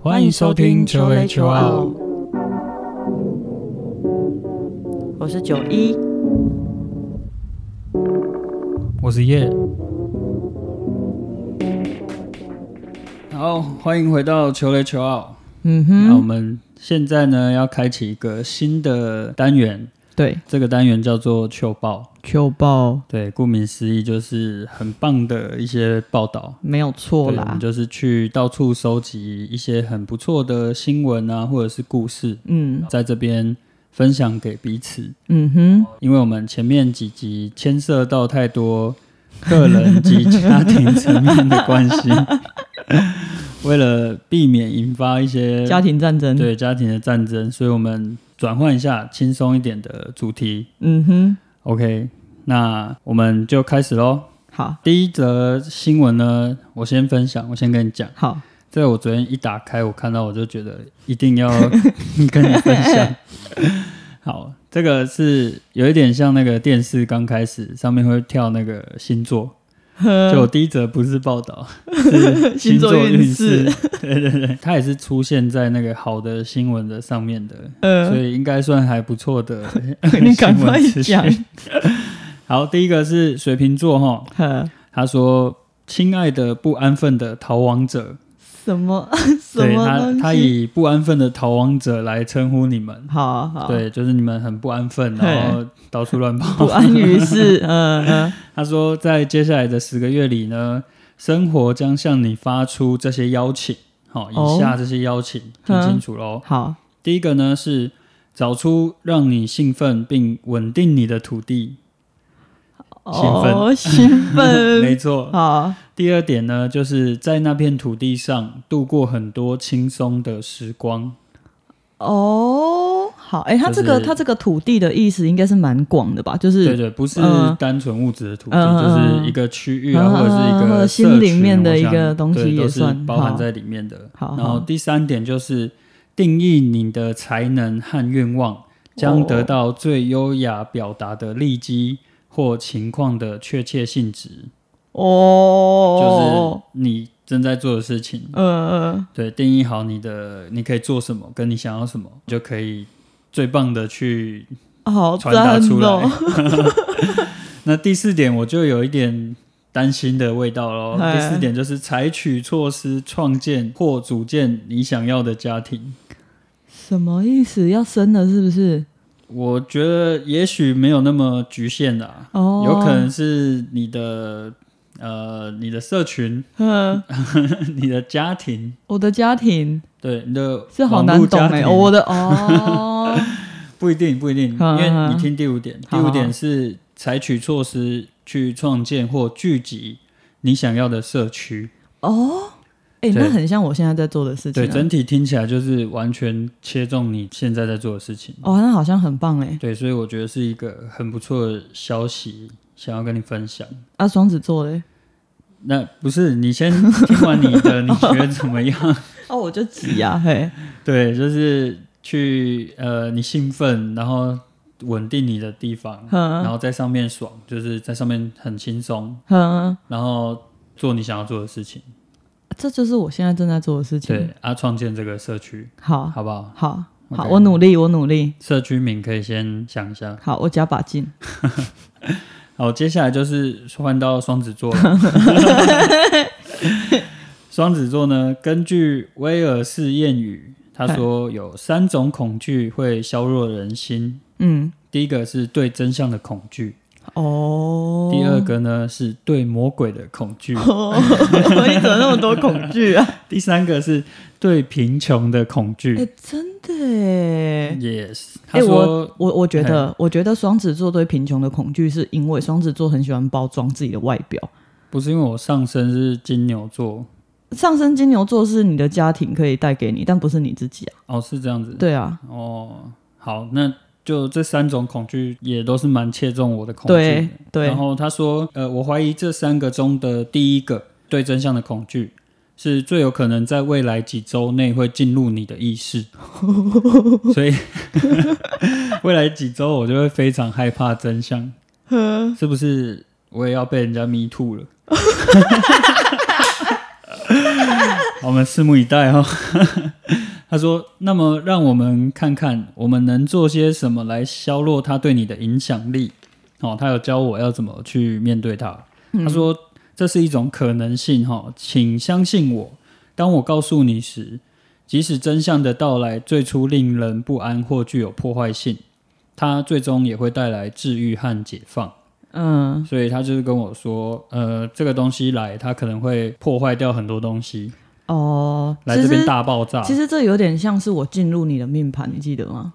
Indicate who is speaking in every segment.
Speaker 1: 欢迎收听求雷求奥，
Speaker 2: 我是九一，
Speaker 1: 我是叶。好，欢迎回到求雷求奥。
Speaker 2: 嗯
Speaker 1: 那我
Speaker 2: 哼，
Speaker 1: 们现在呢要开启一个新的单元，
Speaker 2: 对，
Speaker 1: 这个单元叫做“秋报
Speaker 2: 秋报”。
Speaker 1: 对，顾名思义就是很棒的一些报道。
Speaker 2: 没有错
Speaker 1: 对我
Speaker 2: 啦
Speaker 1: 们，就是去到处收集一些很不错的新闻啊，或者是故事，
Speaker 2: 嗯
Speaker 1: 在这边分享给彼此。
Speaker 2: 嗯哼，
Speaker 1: 因为我们前面几集牵涉到太多个人及家庭层面的关 系，为了避免引发一些
Speaker 2: 家庭战争，，
Speaker 1: 对家庭的战争，所以我们转换一下轻松一点的主题。
Speaker 2: 嗯哼，
Speaker 1: OK，那我们就开始喽。
Speaker 2: 好
Speaker 1: 第一则新闻呢，我先分享，我先跟你讲。
Speaker 2: 好，
Speaker 1: 这个我昨天一打开，我看到我就觉得一定 要跟你分享。好，这个是有一点像那个电视刚开始上面会跳那个星座，就我第一则不是报道，是
Speaker 2: 嗯 星座
Speaker 1: 运
Speaker 2: 运势。
Speaker 1: 对对对，它也是出现在那个好的新闻的上面的，所
Speaker 2: 呃，
Speaker 1: 以应该算还不错的
Speaker 2: 你
Speaker 1: 新
Speaker 2: 赶快
Speaker 1: 闻 资讯
Speaker 2: 讲，
Speaker 1: 好，第一个是水瓶座哈，
Speaker 2: 呵，
Speaker 1: 他说：“亲爱的不安分的逃亡者。”
Speaker 2: 什么 什
Speaker 1: 对
Speaker 2: 么
Speaker 1: 他
Speaker 2: 东，西？
Speaker 1: 他以不安分的逃亡者来称呼你们。
Speaker 2: 好好
Speaker 1: 对，就是你们很不安分，
Speaker 2: 啊嘿
Speaker 1: 然后到处乱
Speaker 2: 不
Speaker 1: 跑。
Speaker 2: 安于世，嗯嗯，
Speaker 1: 他说，在接下来的十个月里呢，生活将向你发出这些邀请。好、
Speaker 2: 哦嗯
Speaker 1: 以下这些邀请听清楚喽。
Speaker 2: 好，
Speaker 1: 第一个呢是找出让你兴奋并稳定你的土地，
Speaker 2: 哦，兴 奋，
Speaker 1: 没错。
Speaker 2: 好，
Speaker 1: 第二点呢，就是在那片土地上度过很多轻松的时光。
Speaker 2: 哦，好，哎，他这
Speaker 1: 就
Speaker 2: 个
Speaker 1: 是
Speaker 2: 他这个土地的意思应该是蛮广的吧？就是
Speaker 1: 对对，不是
Speaker 2: 嗯
Speaker 1: 单纯物质的土地，
Speaker 2: 嗯嗯
Speaker 1: 就是一个区域啊，
Speaker 2: 嗯嗯嗯
Speaker 1: 或者是一
Speaker 2: 或
Speaker 1: 个
Speaker 2: 者心
Speaker 1: 社
Speaker 2: 里
Speaker 1: 区
Speaker 2: 面的
Speaker 1: 我
Speaker 2: 一
Speaker 1: 想
Speaker 2: 个东
Speaker 1: 对
Speaker 2: 西
Speaker 1: 都
Speaker 2: 也
Speaker 1: 是
Speaker 2: 算
Speaker 1: 包含
Speaker 2: 好
Speaker 1: 在里面的。
Speaker 2: 好
Speaker 1: 然后
Speaker 2: 好
Speaker 1: 第三点就是定义你的才能和愿望，将得
Speaker 2: 哦
Speaker 1: 到最优雅表达的利基或情况的确切性质，就是
Speaker 2: 哦，
Speaker 1: 你正在做的事情。
Speaker 2: 就是呃
Speaker 1: 对，定义好你的你可以做什么，跟你想要什么，你就可以最棒的去
Speaker 2: 呃，好
Speaker 1: 传达
Speaker 2: 赞
Speaker 1: 出来
Speaker 2: 哦，。
Speaker 1: 那第四点，我就有一点担心的味道喽。
Speaker 2: 哎
Speaker 1: 第四点就是采取措施，创建或组建你想要的家庭。
Speaker 2: 什么意思？要生了是不是？
Speaker 1: 我觉得也许没有那么局限的、啊，
Speaker 2: 哦，
Speaker 1: 有可能是你的呃，你的社群、
Speaker 2: 嗯，
Speaker 1: 你的家庭，
Speaker 2: 我的家庭
Speaker 1: 对你的
Speaker 2: 这好
Speaker 1: 网
Speaker 2: 难
Speaker 1: 络
Speaker 2: 懂
Speaker 1: 家
Speaker 2: 哎、
Speaker 1: 庭，
Speaker 2: 哦我的哦，
Speaker 1: 不一定不一定，因
Speaker 2: 嗯嗯
Speaker 1: 为
Speaker 2: 嗯
Speaker 1: 你听第五点，第
Speaker 2: 好好
Speaker 1: 五点是采取措施去创建或聚集你想要的社区。
Speaker 2: 哎、
Speaker 1: 对
Speaker 2: 那很像我现在在做的事情、
Speaker 1: 对，
Speaker 2: 啊，
Speaker 1: 整体听起来就是完全切中你现在在做的事情。
Speaker 2: 哦，那好像很棒哎、
Speaker 1: 对，所以我觉得是一个很不错的消息，想要跟你分享。
Speaker 2: 啊，双子座嘞，
Speaker 1: 那不是你先听完你的，你觉得怎么样？
Speaker 2: 哦，我就急呀、啊，嘿，
Speaker 1: 对，就是去呃，你兴奋，然后稳定你的地方，然
Speaker 2: 嗯
Speaker 1: 后在上面爽，就是在上面很轻松，
Speaker 2: 嗯，
Speaker 1: 然后做你想要做的事情。
Speaker 2: 这就是我现在正在做的事情。
Speaker 1: 对，啊，创建这个社区，
Speaker 2: 好，
Speaker 1: 好不好？
Speaker 2: 好，好
Speaker 1: OK
Speaker 2: 我努力，我努力，
Speaker 1: 社区名可以先想一下。
Speaker 2: 好，我加把劲。
Speaker 1: 好，接下来就是换到双子座 了。双子座呢，根据威尔士谚语，他说有三种恐惧会削弱人心。
Speaker 2: 嗯，
Speaker 1: 第一个是对真相的恐惧，
Speaker 2: 哦，
Speaker 1: 第二个呢是对魔鬼的恐惧，
Speaker 2: 哦， 你怎么那么多恐惧啊？
Speaker 1: 第三个是对贫穷的恐
Speaker 2: 哎、
Speaker 1: 惧。
Speaker 2: 真的哎、
Speaker 1: yes，他
Speaker 2: 哎、
Speaker 1: 说、
Speaker 2: 我我我觉
Speaker 1: 哎
Speaker 2: 得，我觉得双子座对贫穷的恐惧，是因为双子座很喜欢包装自己的外表。
Speaker 1: 不是因为我上身是金牛座，
Speaker 2: 上升金牛座是你的家庭可以带给你，但不是你自己啊。
Speaker 1: 哦，是这样子。
Speaker 2: 对啊，
Speaker 1: 哦，好，那就这三种恐惧也都是蛮切中我的恐惧的。
Speaker 2: 对对
Speaker 1: 然，后他说，呃，我怀疑这三个中的第一个对真相的恐惧，是最有可能在未来几周内会进入你的意识， 所以 未来几周我就会非常害怕真相，是不 是？我也要被人家迷吐了。我们拭目以待哦。 他说：“那么，让我们看看我们能做些什么来削弱他对你的影响力。”哦，他有教我要怎么去面对他。
Speaker 2: 嗯
Speaker 1: 他说：“这是一种可能性，哈、哦，请相信我。当我告诉你时，即使真相的到来最初令人不安或具有破坏性，它最终也会带来治愈和解放。”
Speaker 2: 嗯，
Speaker 1: 所以他就是跟我说，呃，这个东西来，它可能会破坏掉很多东西，
Speaker 2: 哦，
Speaker 1: 来
Speaker 2: 其
Speaker 1: 这边
Speaker 2: 实
Speaker 1: 大爆炸。
Speaker 2: 其实这有点像是我进入你的命盘，你记得吗？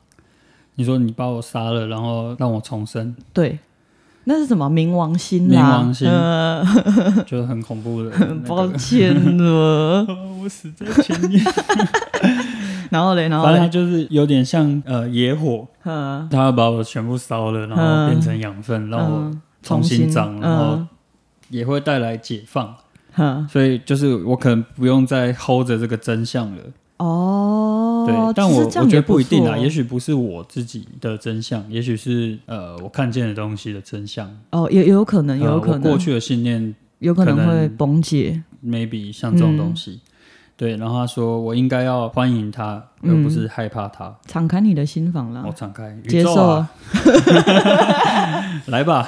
Speaker 1: 你说你把我杀了，然后让我重 生，
Speaker 2: 对，那是什么冥王星啦？
Speaker 1: 冥王星
Speaker 2: 呃，
Speaker 1: 就是很恐怖 的、那个
Speaker 2: 抱歉了。
Speaker 1: 我死在前面。
Speaker 2: 然后嘞，然后
Speaker 1: 反正它
Speaker 2: 嘞，
Speaker 1: 就是有点像呃野火，
Speaker 2: 呃，
Speaker 1: 它把我全部烧了，然后
Speaker 2: 嗯
Speaker 1: 变成养分，让我
Speaker 2: 嗯
Speaker 1: 重新长，然后
Speaker 2: 嗯
Speaker 1: 也会带来解放。
Speaker 2: 哼
Speaker 1: 所以就是我可能不用再 hold 着这个真相了。
Speaker 2: 哦，
Speaker 1: 对，但
Speaker 2: 其
Speaker 1: 我
Speaker 2: 实
Speaker 1: 我
Speaker 2: 这样
Speaker 1: 觉
Speaker 2: 也
Speaker 1: 得不一定啊，
Speaker 2: 错哦
Speaker 1: 也许不是我自己的真相，也许是呃我看见的东西的真相，
Speaker 2: 哦，也也有可能，也
Speaker 1: 呃
Speaker 2: 有
Speaker 1: 我
Speaker 2: 可能，
Speaker 1: 过去的信念
Speaker 2: 有可
Speaker 1: 可
Speaker 2: 能
Speaker 1: 能
Speaker 2: 会崩解。
Speaker 1: ，maybe 像这种东西。
Speaker 2: 嗯
Speaker 1: 对，然后他说我应该要欢迎他，而不是害怕他。
Speaker 2: 敞开你的心房啦
Speaker 1: 我，敞开哦宇
Speaker 2: 嗯啊接
Speaker 1: 宙
Speaker 2: 受
Speaker 1: 啊，来吧。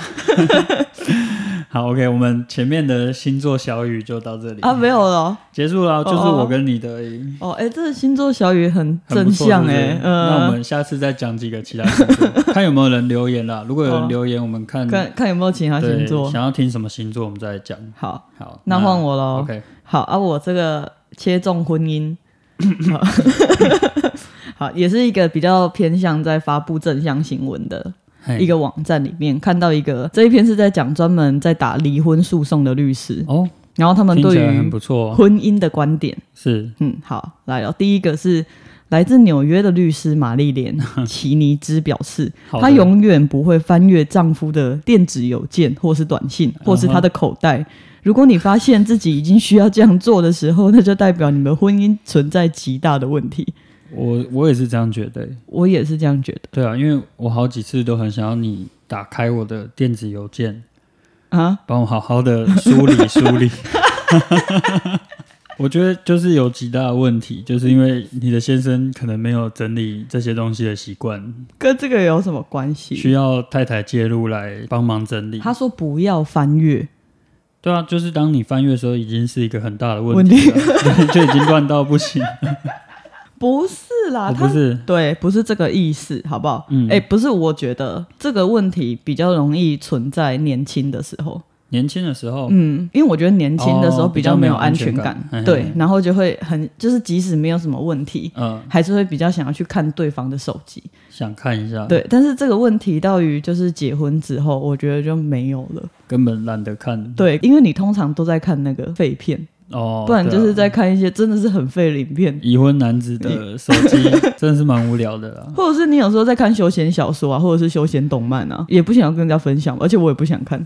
Speaker 1: 好，OK，我们前面的星座小雨就到这里
Speaker 2: 啊，没有了哦。
Speaker 1: 结束了，就是
Speaker 2: 哦
Speaker 1: 我跟你的而已。
Speaker 2: 哦，哎，这个星座小雨很
Speaker 1: 很
Speaker 2: 正
Speaker 1: 不错
Speaker 2: 向
Speaker 1: 是不是
Speaker 2: 哎，
Speaker 1: 那我
Speaker 2: 呃，
Speaker 1: 们下次再讲几个其他星座， 看有没有人留言啦。如果有
Speaker 2: 好
Speaker 1: 人留言，我们看
Speaker 2: 哦看看有没有其他
Speaker 1: 对
Speaker 2: 星座。
Speaker 1: 想要听什么星座，我们再讲。
Speaker 2: 好，
Speaker 1: 好，
Speaker 2: 那换我喽。
Speaker 1: OK，
Speaker 2: 好啊，我这个切中婚姻， 好，也是一个比较偏向在发布正向新闻的
Speaker 1: 嘿
Speaker 2: 一个网站里面看到一个这一篇是在讲专门在打离婚诉讼的律师，
Speaker 1: 哦，
Speaker 2: 然后他们
Speaker 1: 听
Speaker 2: 对
Speaker 1: 起来很
Speaker 2: 于
Speaker 1: 不错哦，
Speaker 2: 婚姻的观点。
Speaker 1: 是
Speaker 2: 嗯，好，来了，第一个是。来自纽约的律师玛丽莲·奇尼兹表示，
Speaker 1: 好的
Speaker 2: 她永远不会翻阅丈夫的电子邮件，或是短
Speaker 1: 嗯
Speaker 2: 信，或是他的口袋。如果你发现自己已经需要这样做的时候，那就代表你们婚姻存在极大的问题。
Speaker 1: 我我也是这样觉得。欸
Speaker 2: 我也是这样觉得
Speaker 1: 对啊，因为我好几次都很想要你打开我的电子邮件，
Speaker 2: 啊，
Speaker 1: 帮我好好的梳 理梳理。 我觉得就是有极大的问题，就是因为你的先生可能没有整理这些东西的习惯，
Speaker 2: 跟这个有什么关系？
Speaker 1: 需要太太介入来帮忙整理。
Speaker 2: 他说不要翻阅，
Speaker 1: 对啊，就是当你翻阅的时候，已经是一个很大的问
Speaker 2: 问
Speaker 1: 题了，对， 就已经乱到不 行。
Speaker 2: 不是啦，
Speaker 1: 我
Speaker 2: 他
Speaker 1: 哦不是，
Speaker 2: 对，不是这个意思，好不好？
Speaker 1: 嗯
Speaker 2: 哎、不是，我觉得这个问题比较容易存在年轻的时候，
Speaker 1: 年轻的时候，
Speaker 2: 嗯，因为我觉得年轻的时候
Speaker 1: 哦
Speaker 2: 比较没有安全
Speaker 1: 比较没有
Speaker 2: 感，
Speaker 1: 安全感哎嘿嘿
Speaker 2: 对
Speaker 1: 嘿，
Speaker 2: 然后就会很，就是即使没有什么问题，
Speaker 1: 呃，
Speaker 2: 还是会比较想要去看对方的手机，
Speaker 1: 想看一下，，
Speaker 2: 对。但是这个问题到于就是结婚之后，我觉得就没有了，
Speaker 1: 根本懒得看，
Speaker 2: 对，因为你通常都在看那个废片，
Speaker 1: 哦，
Speaker 2: 不然
Speaker 1: 对啊
Speaker 2: 就是在看一些真的是很废的影片。
Speaker 1: 已婚男子的手 机，真的是蛮无聊的啊啦。
Speaker 2: 或者是你有时候在看休闲小说啊，或者是休闲动漫啊，也不想要跟人家分享，而且我也不想看。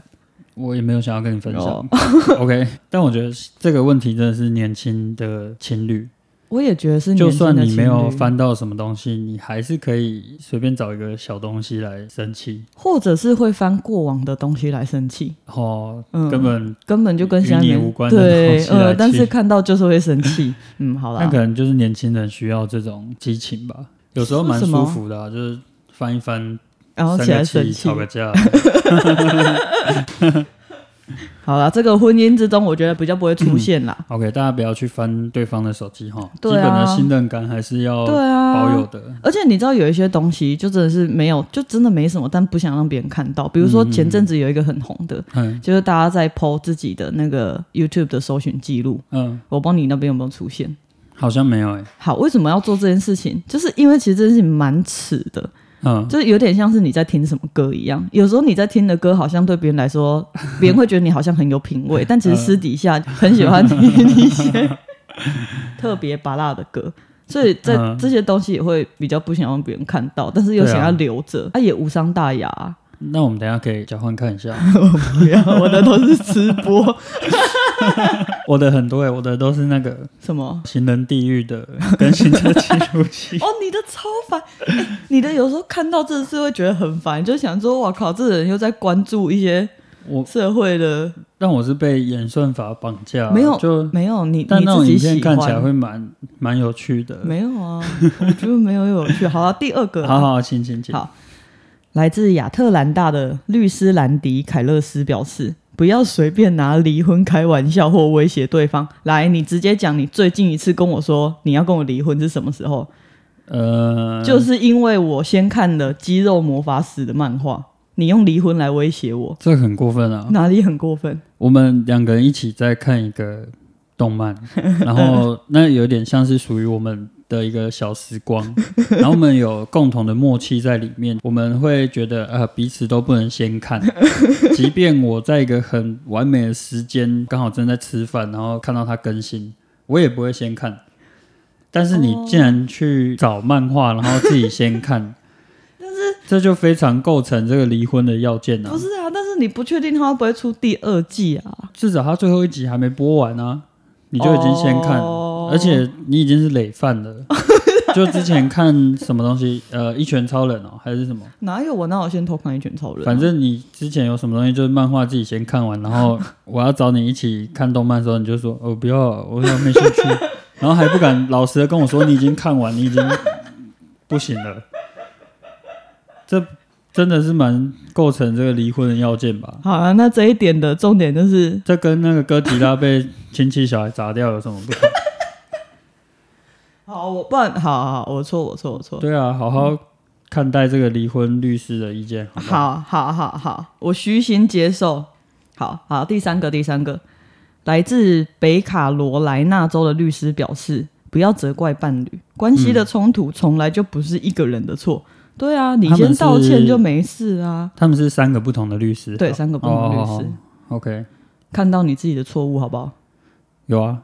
Speaker 1: 我也没有想要跟你分享
Speaker 2: 哦
Speaker 1: ，OK，但我觉得这个问题真的是年轻的情侣，
Speaker 2: 我也觉得 是年轻
Speaker 1: 就
Speaker 2: 的情
Speaker 1: 算
Speaker 2: 侣，
Speaker 1: 你没有翻到什么东西，你还是可以随便找一个小东西来生气，
Speaker 2: 或者是会翻过往的东西来生气，
Speaker 1: 哦，
Speaker 2: 嗯
Speaker 1: 根本
Speaker 2: 根本就跟现在
Speaker 1: 与
Speaker 2: 没
Speaker 1: 你无关的东
Speaker 2: 对
Speaker 1: 西，来
Speaker 2: 呃，
Speaker 1: 气
Speaker 2: 但是看到就是会生 气。嗯，好
Speaker 1: 那
Speaker 2: 啦
Speaker 1: 可，能就是年轻人需要这种激情吧，有时候蛮
Speaker 2: 是什么
Speaker 1: 舒服的、啊，就是翻一翻，
Speaker 2: 然后
Speaker 1: 生
Speaker 2: 起
Speaker 1: 个
Speaker 2: 来生
Speaker 1: 气，
Speaker 2: 气
Speaker 1: 吵。个 架。
Speaker 2: 好啦，这个婚姻之中，我觉得比较不会出现啦。
Speaker 1: OK，大家不要去翻对方的手机哈，基
Speaker 2: 对
Speaker 1: 本
Speaker 2: 啊
Speaker 1: 的信任感还是要
Speaker 2: 对
Speaker 1: 嗯
Speaker 2: 啊，
Speaker 1: 保有的。
Speaker 2: 而且你知道有一些东西就真的是没有，就真的没什么，但不想让别人看到。比如说
Speaker 1: 嗯
Speaker 2: 前阵子有一个很红的，
Speaker 1: 嗯
Speaker 2: 就是大家在 PO 自己的那个 YouTube 的搜寻记录，
Speaker 1: 嗯，
Speaker 2: 我帮你那边有没有出现？
Speaker 1: 好像没有哎、
Speaker 2: 好，为什么要做这件事情？就是因为其实这件事情蛮耻的，
Speaker 1: 嗯，
Speaker 2: 就是有点像是你在听什么歌一样。有时候你在听的歌，好像对别人来说，别人会觉得你好像很有品味，但其实私底下很喜欢听一些 特别拔辣的歌。所以在
Speaker 1: 嗯
Speaker 2: 这些东西也会比较不想让别人看到，但是又想要留着，它、也无伤大雅、啊。
Speaker 1: 那我们等一下可以交换看一下，
Speaker 2: 不要，我的都是吃播，
Speaker 1: 我的很多哎、我的都是那个
Speaker 2: 什么？
Speaker 1: 行人地狱的更新的记录器。
Speaker 2: 哦，你的超烦、哎你的有时候看到这是会觉得很烦，就想说，哇靠，这人又在关注一些
Speaker 1: 我
Speaker 2: 社会的
Speaker 1: 但我是被演算法绑架，啊
Speaker 2: 没有
Speaker 1: 就
Speaker 2: 没有你
Speaker 1: 但
Speaker 2: 你
Speaker 1: 那种
Speaker 2: 自己
Speaker 1: 影片
Speaker 2: 喜
Speaker 1: 看起来
Speaker 2: 欢。
Speaker 1: 会蛮蛮有趣的。
Speaker 2: 没有啊，我觉得没有有趣。好、啊，第二个，
Speaker 1: 好好，请请请
Speaker 2: 好。来自亚特兰大的律师兰迪·凯勒斯表示：“不要随便拿离婚开玩笑或威胁对方。来，你直接讲，你最近一次跟我说你要跟我离婚是什么时候？
Speaker 1: 呃，
Speaker 2: 就是因为我先看了《肌肉魔法使》的漫画，你用离婚来威胁我，
Speaker 1: 这很过分啊！
Speaker 2: 哪里很过分？
Speaker 1: 我们两个人一起在看一个动 漫，然后那有点像是属于我们的一个小时光，然后我们有共同的默契在里面，我们会觉得呃彼此都不能先看， 即便我在一个很完美的时间，刚好正在吃饭，然后看到它更新，我也不会先看。但是你竟然去找漫画，然后自己先看，哦但是这就非常构成这个离婚的要件啊！
Speaker 2: 不是啊，但是你不确定他会不会出第二季啊？
Speaker 1: 至少他最后一集还没播完啊，你就已经先看，
Speaker 2: 哦
Speaker 1: 而且你已经是累犯了。就之前看什么东西，呃，《一拳超人》哦，还是什么，
Speaker 2: 哪有我？那我先偷看《一拳超人》啊。
Speaker 1: 反正你之前有什么东西，就是漫画自己先看完，然后我要找你一起看动漫的时候，你就说哦不要，我没兴趣，然后还不敢老实的跟我说你已经看完，你已经不行了。这真的是蛮构成这个离婚的要件吧？
Speaker 2: 好啊，那这一点的重点就是
Speaker 1: 这跟那个哥吉拉被亲戚小孩砸掉有什么不同？
Speaker 2: 好，我不然好好，好我错，我错，我错。
Speaker 1: 对啊，好
Speaker 2: 嗯
Speaker 1: 好看待这个离婚律师的意见。好不好
Speaker 2: 好好好好，我虚心接受。好好，第三个，第三个，来自北卡罗来纳州的律师表示，不要责怪伴侣，关系的冲突从来就不是一个人的错。对啊，你
Speaker 1: 他们
Speaker 2: 先道歉
Speaker 1: 是
Speaker 2: 就没事啊。
Speaker 1: 他们是三个不同的律师，
Speaker 2: 对，
Speaker 1: 好
Speaker 2: 三个不同律师，
Speaker 1: 哦哦哦 OK，
Speaker 2: 看到你自己的错误，好不好？
Speaker 1: 有啊，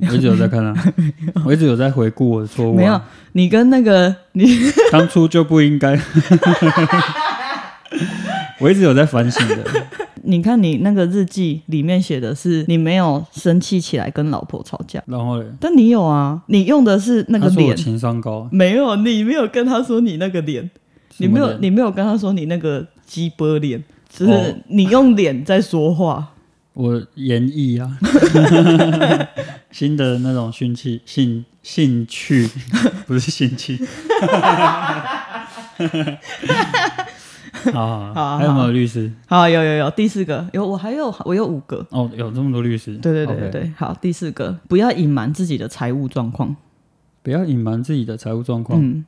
Speaker 1: 我一直有在看 啊，我一直有在回顾我的错误、啊。
Speaker 2: 没有，你跟那个你
Speaker 1: 当初就不应 该。我一直有在反省的，
Speaker 2: 你看你那个日记里面写的是你没有生气起来跟老婆吵架，
Speaker 1: 然后嘞，
Speaker 2: 但你有啊，你用的是那个
Speaker 1: 他说我
Speaker 2: 脸，
Speaker 1: 情商高，
Speaker 2: 没有，你没有跟他说你那个脸，你没
Speaker 1: 什
Speaker 2: 有，
Speaker 1: 么脸
Speaker 2: 你没有跟他说你那个鸡巴脸，就
Speaker 1: 哦
Speaker 2: 是你用脸在 说话。
Speaker 1: 我演绎 啊，新的那种兴趣兴兴 趣，不是兴趣。好好
Speaker 2: 好
Speaker 1: 啊还有没有律师？
Speaker 2: 好，有有有，第四个有，我还有我有五个。
Speaker 1: 哦，有这么多律师？
Speaker 2: 对对对对
Speaker 1: OK
Speaker 2: 对好，第四个，不要隐瞒自己的财务状况。
Speaker 1: 不要隐瞒自己的财务状况，
Speaker 2: 嗯，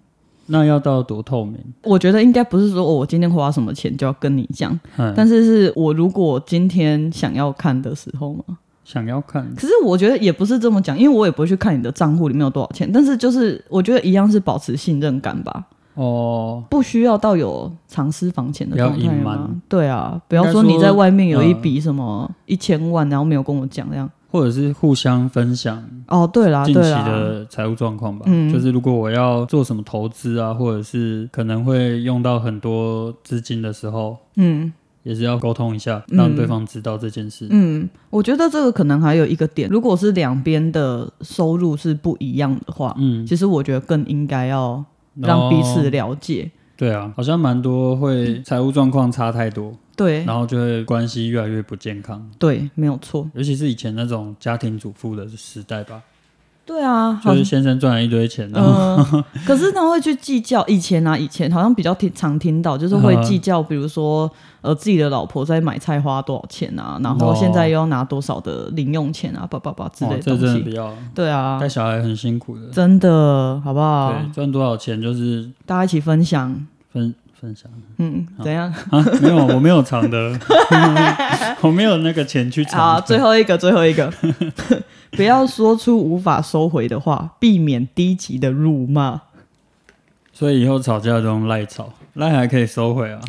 Speaker 1: 那要到多透明？
Speaker 2: 我觉得应该不是说、哦我今天花什么钱就要跟你讲，
Speaker 1: 嗯，
Speaker 2: 但是是我如果今天想要看的时候嘛。
Speaker 1: 想要看
Speaker 2: 可是我觉得也不是这么讲，因为我也不会去看你的账户里面有多少钱，但是就是我觉得一样是保持信任感吧。
Speaker 1: 哦，
Speaker 2: 不需要到有藏私房钱的状
Speaker 1: 不要
Speaker 2: 态
Speaker 1: 隐
Speaker 2: 吗
Speaker 1: 瞒？
Speaker 2: 对啊，不要
Speaker 1: 应该
Speaker 2: 说
Speaker 1: 说嗯
Speaker 2: 你在外面有一笔什么一千万，然后没有跟我讲这样。
Speaker 1: 或者是互相分享
Speaker 2: 哦，对啦，
Speaker 1: 近期
Speaker 2: 对啦，
Speaker 1: 的财务状况吧。
Speaker 2: 嗯
Speaker 1: 就是如果我要做什么投资啊，或者是可能会用到很多资金的时候，
Speaker 2: 嗯
Speaker 1: 也是要沟通一下，
Speaker 2: 嗯
Speaker 1: 让对方知道这件事。
Speaker 2: 嗯，我觉得这个可能还有一个点，如果是两边的收入是不一样的话，
Speaker 1: 嗯，哦
Speaker 2: 其实我觉得更应该要
Speaker 1: 然
Speaker 2: 让
Speaker 1: 后
Speaker 2: 彼此了解。
Speaker 1: 对啊，好像蛮多会财务状况差太多，
Speaker 2: 对
Speaker 1: 然后就会关系越来越不健康，
Speaker 2: 对，没有错。
Speaker 1: 尤其是以前那种家庭主妇的时代吧，
Speaker 2: 对啊，
Speaker 1: 就
Speaker 2: 好
Speaker 1: 是先生赚了一堆钱，然后
Speaker 2: 嗯、可是他会去计较以前啊，以前好像比较听常听到，就是
Speaker 1: 嗯
Speaker 2: 会计较，比如说呃自己的老婆在买菜花多少钱啊，然后
Speaker 1: 哦
Speaker 2: 现在又要拿多少的零用钱啊，叭叭叭 之类
Speaker 1: 哦，
Speaker 2: 的
Speaker 1: 这
Speaker 2: 东
Speaker 1: 真的
Speaker 2: 西。
Speaker 1: 不要，
Speaker 2: 对啊
Speaker 1: 带，小孩很辛苦的。
Speaker 2: 真的好不好？
Speaker 1: 对，赚多少钱就是
Speaker 2: 大家一起分享，
Speaker 1: 分分享
Speaker 2: 嗯，怎样？
Speaker 1: 啊，没有，我没有藏 的， 我没有那个钱去藏的。
Speaker 2: 好，啊最后一个，最后一个， 不要说出无法收回的话，避免低级的辱骂。
Speaker 1: 所以以后吵架都用赖吵，赖还可以收回啊。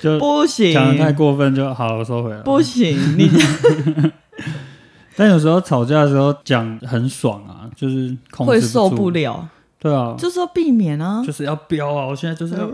Speaker 1: 就
Speaker 2: 不行，
Speaker 1: 讲的太过分就好，我收回了。
Speaker 2: 不行，你
Speaker 1: 但有时候吵架的时候讲很爽啊，就是控制
Speaker 2: 会
Speaker 1: 住
Speaker 2: 受不。了，
Speaker 1: 对啊，
Speaker 2: 就是要避免啊。
Speaker 1: 就是要飙啊！我现在就是要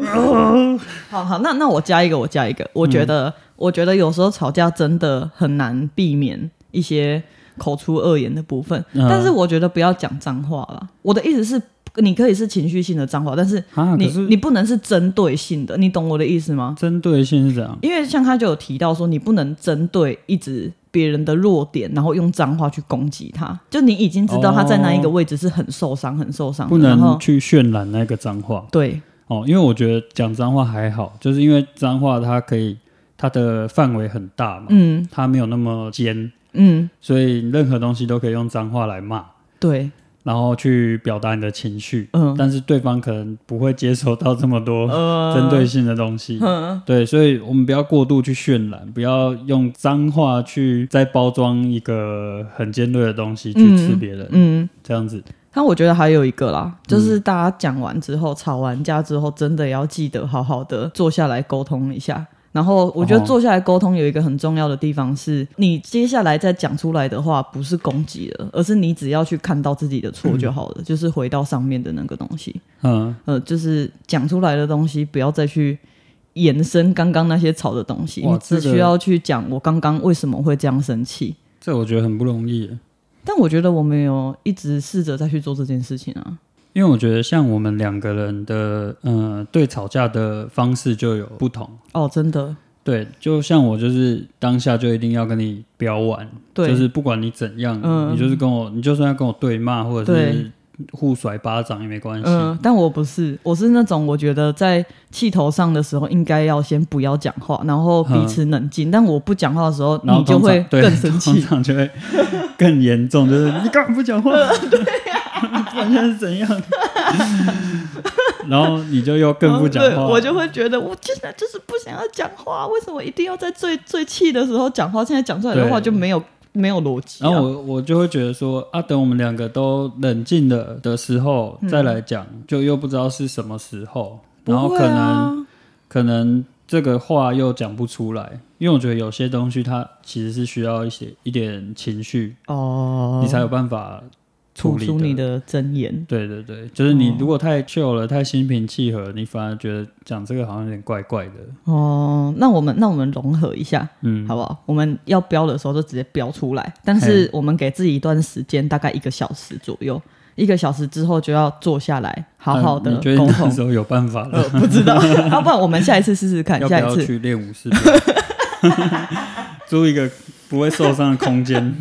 Speaker 2: 好好，那那我加一个，我加一个。我
Speaker 1: 嗯
Speaker 2: 觉得，我觉得有时候吵架真的很难避免一些口出恶言的部分，
Speaker 1: 嗯
Speaker 2: 但是我觉得不要讲脏话啦。我的意思是，你可以是情绪性的脏话，但是
Speaker 1: 啊，可
Speaker 2: 你
Speaker 1: 是
Speaker 2: 你不能是针对性的，你懂我的意思吗？
Speaker 1: 针对性是怎样？
Speaker 2: 因为像他就有提到说，你不能针对一直别人的弱点，然后用脏话去攻击他。就你已经知道他在那一个位置是很受伤、很受伤的，
Speaker 1: 哦不
Speaker 2: 嗯然
Speaker 1: 能
Speaker 2: 后
Speaker 1: 去渲染那个脏话
Speaker 2: 对
Speaker 1: 哦，因为我觉得讲脏话还好，就是因为脏话它可以它的范围很大嘛，
Speaker 2: 嗯
Speaker 1: 它没有那么尖，
Speaker 2: 嗯
Speaker 1: 所以任何东西都可以用脏话来骂，
Speaker 2: 对
Speaker 1: 然后去表达你的情绪，
Speaker 2: 嗯
Speaker 1: 但是对方可能不会接收到这么多
Speaker 2: 呃
Speaker 1: 针对性的东西。
Speaker 2: 嗯
Speaker 1: 对，所以我们不要过度去渲染，不要用脏话去再包装一个很尖锐的东西去刺别人，
Speaker 2: 嗯。
Speaker 1: 这样子。
Speaker 2: 但我觉得还有一个
Speaker 1: 嗯
Speaker 2: 啦，就是大家讲完之后、吵完架之后，真的要记得好好的坐下来沟通一下。然后我觉得
Speaker 1: 哦
Speaker 2: 坐下来沟通有一个很重要的地方是，你接下来再讲出来的话不是攻击了，而是你只要去看到自己的错就好了，就是回到上面的那个东西。
Speaker 1: 嗯，
Speaker 2: 呃，就是讲出来的东西，不要再去延伸刚刚那些吵的东西，
Speaker 1: 哇
Speaker 2: 你只
Speaker 1: 这个
Speaker 2: 需要去讲我刚刚为什么会这样生气。
Speaker 1: 这我觉得很不容易耶，
Speaker 2: 但我觉得我们有一直试着再去做这件事情啊。
Speaker 1: 因为我觉得像我们两个人的，嗯、对吵架的方式就有不同。
Speaker 2: 哦，真的，
Speaker 1: 对，就像我就是当下就一定要跟你飙完，
Speaker 2: 对，
Speaker 1: 就是不管你怎样，
Speaker 2: 嗯
Speaker 1: 你就是跟我，你就算要跟我对骂或者是
Speaker 2: 对
Speaker 1: 互甩巴掌也没关系。
Speaker 2: 嗯，但我不是，我是那种我觉得在气头上的时候，应该要先不要讲话，然后彼此冷静。但我不讲话的时候，
Speaker 1: 然后
Speaker 2: 你就
Speaker 1: 通常
Speaker 2: 会
Speaker 1: 对
Speaker 2: 更生
Speaker 1: 通
Speaker 2: 气。
Speaker 1: 常就会更严重， 就是你干嘛不讲话？对呀、
Speaker 2: 啊
Speaker 1: 不然现在是怎样？ 然后你就又 更不讲
Speaker 2: 嗯
Speaker 1: 话，
Speaker 2: 对我就会觉得我现在就是不想要讲话，为什么一定要在最最气的时候讲话？现在讲出来的话
Speaker 1: 对
Speaker 2: 就没有没有逻辑、啊。
Speaker 1: 然后我我就会觉得说啊，等我们两个都冷静了的时候再来讲，就又不知道是什么时候，然后
Speaker 2: 嗯不
Speaker 1: 可
Speaker 2: 会
Speaker 1: 能、
Speaker 2: 啊
Speaker 1: 可能这个话又讲不出来，因为我觉得有些东西它其实是需要一些一点情绪，
Speaker 2: 哦，
Speaker 1: 你才有办法处
Speaker 2: 吐
Speaker 1: 理
Speaker 2: 出你的真言。
Speaker 1: 对对对，就是你
Speaker 2: 哦
Speaker 1: 如果太 chill 了，太心平气和，你反而觉得讲这个好像有点怪怪的。
Speaker 2: 哦，那我们那我们融合一下，
Speaker 1: 嗯，
Speaker 2: 好不好？我们要标的时候就直接标出来，但是我们给自己一段时间，大概一个小时左右。一个小时之后就要坐下来，好
Speaker 1: 但
Speaker 2: 好的
Speaker 1: 嗯你觉得
Speaker 2: 沟
Speaker 1: 你 那
Speaker 2: 通。
Speaker 1: 时候有办法了？
Speaker 2: 呃， 不知道，要不然我们下一次试试看，
Speaker 1: 要不
Speaker 2: 下一
Speaker 1: 要
Speaker 2: 次
Speaker 1: 去练武士？ 租一个不会受伤的空间，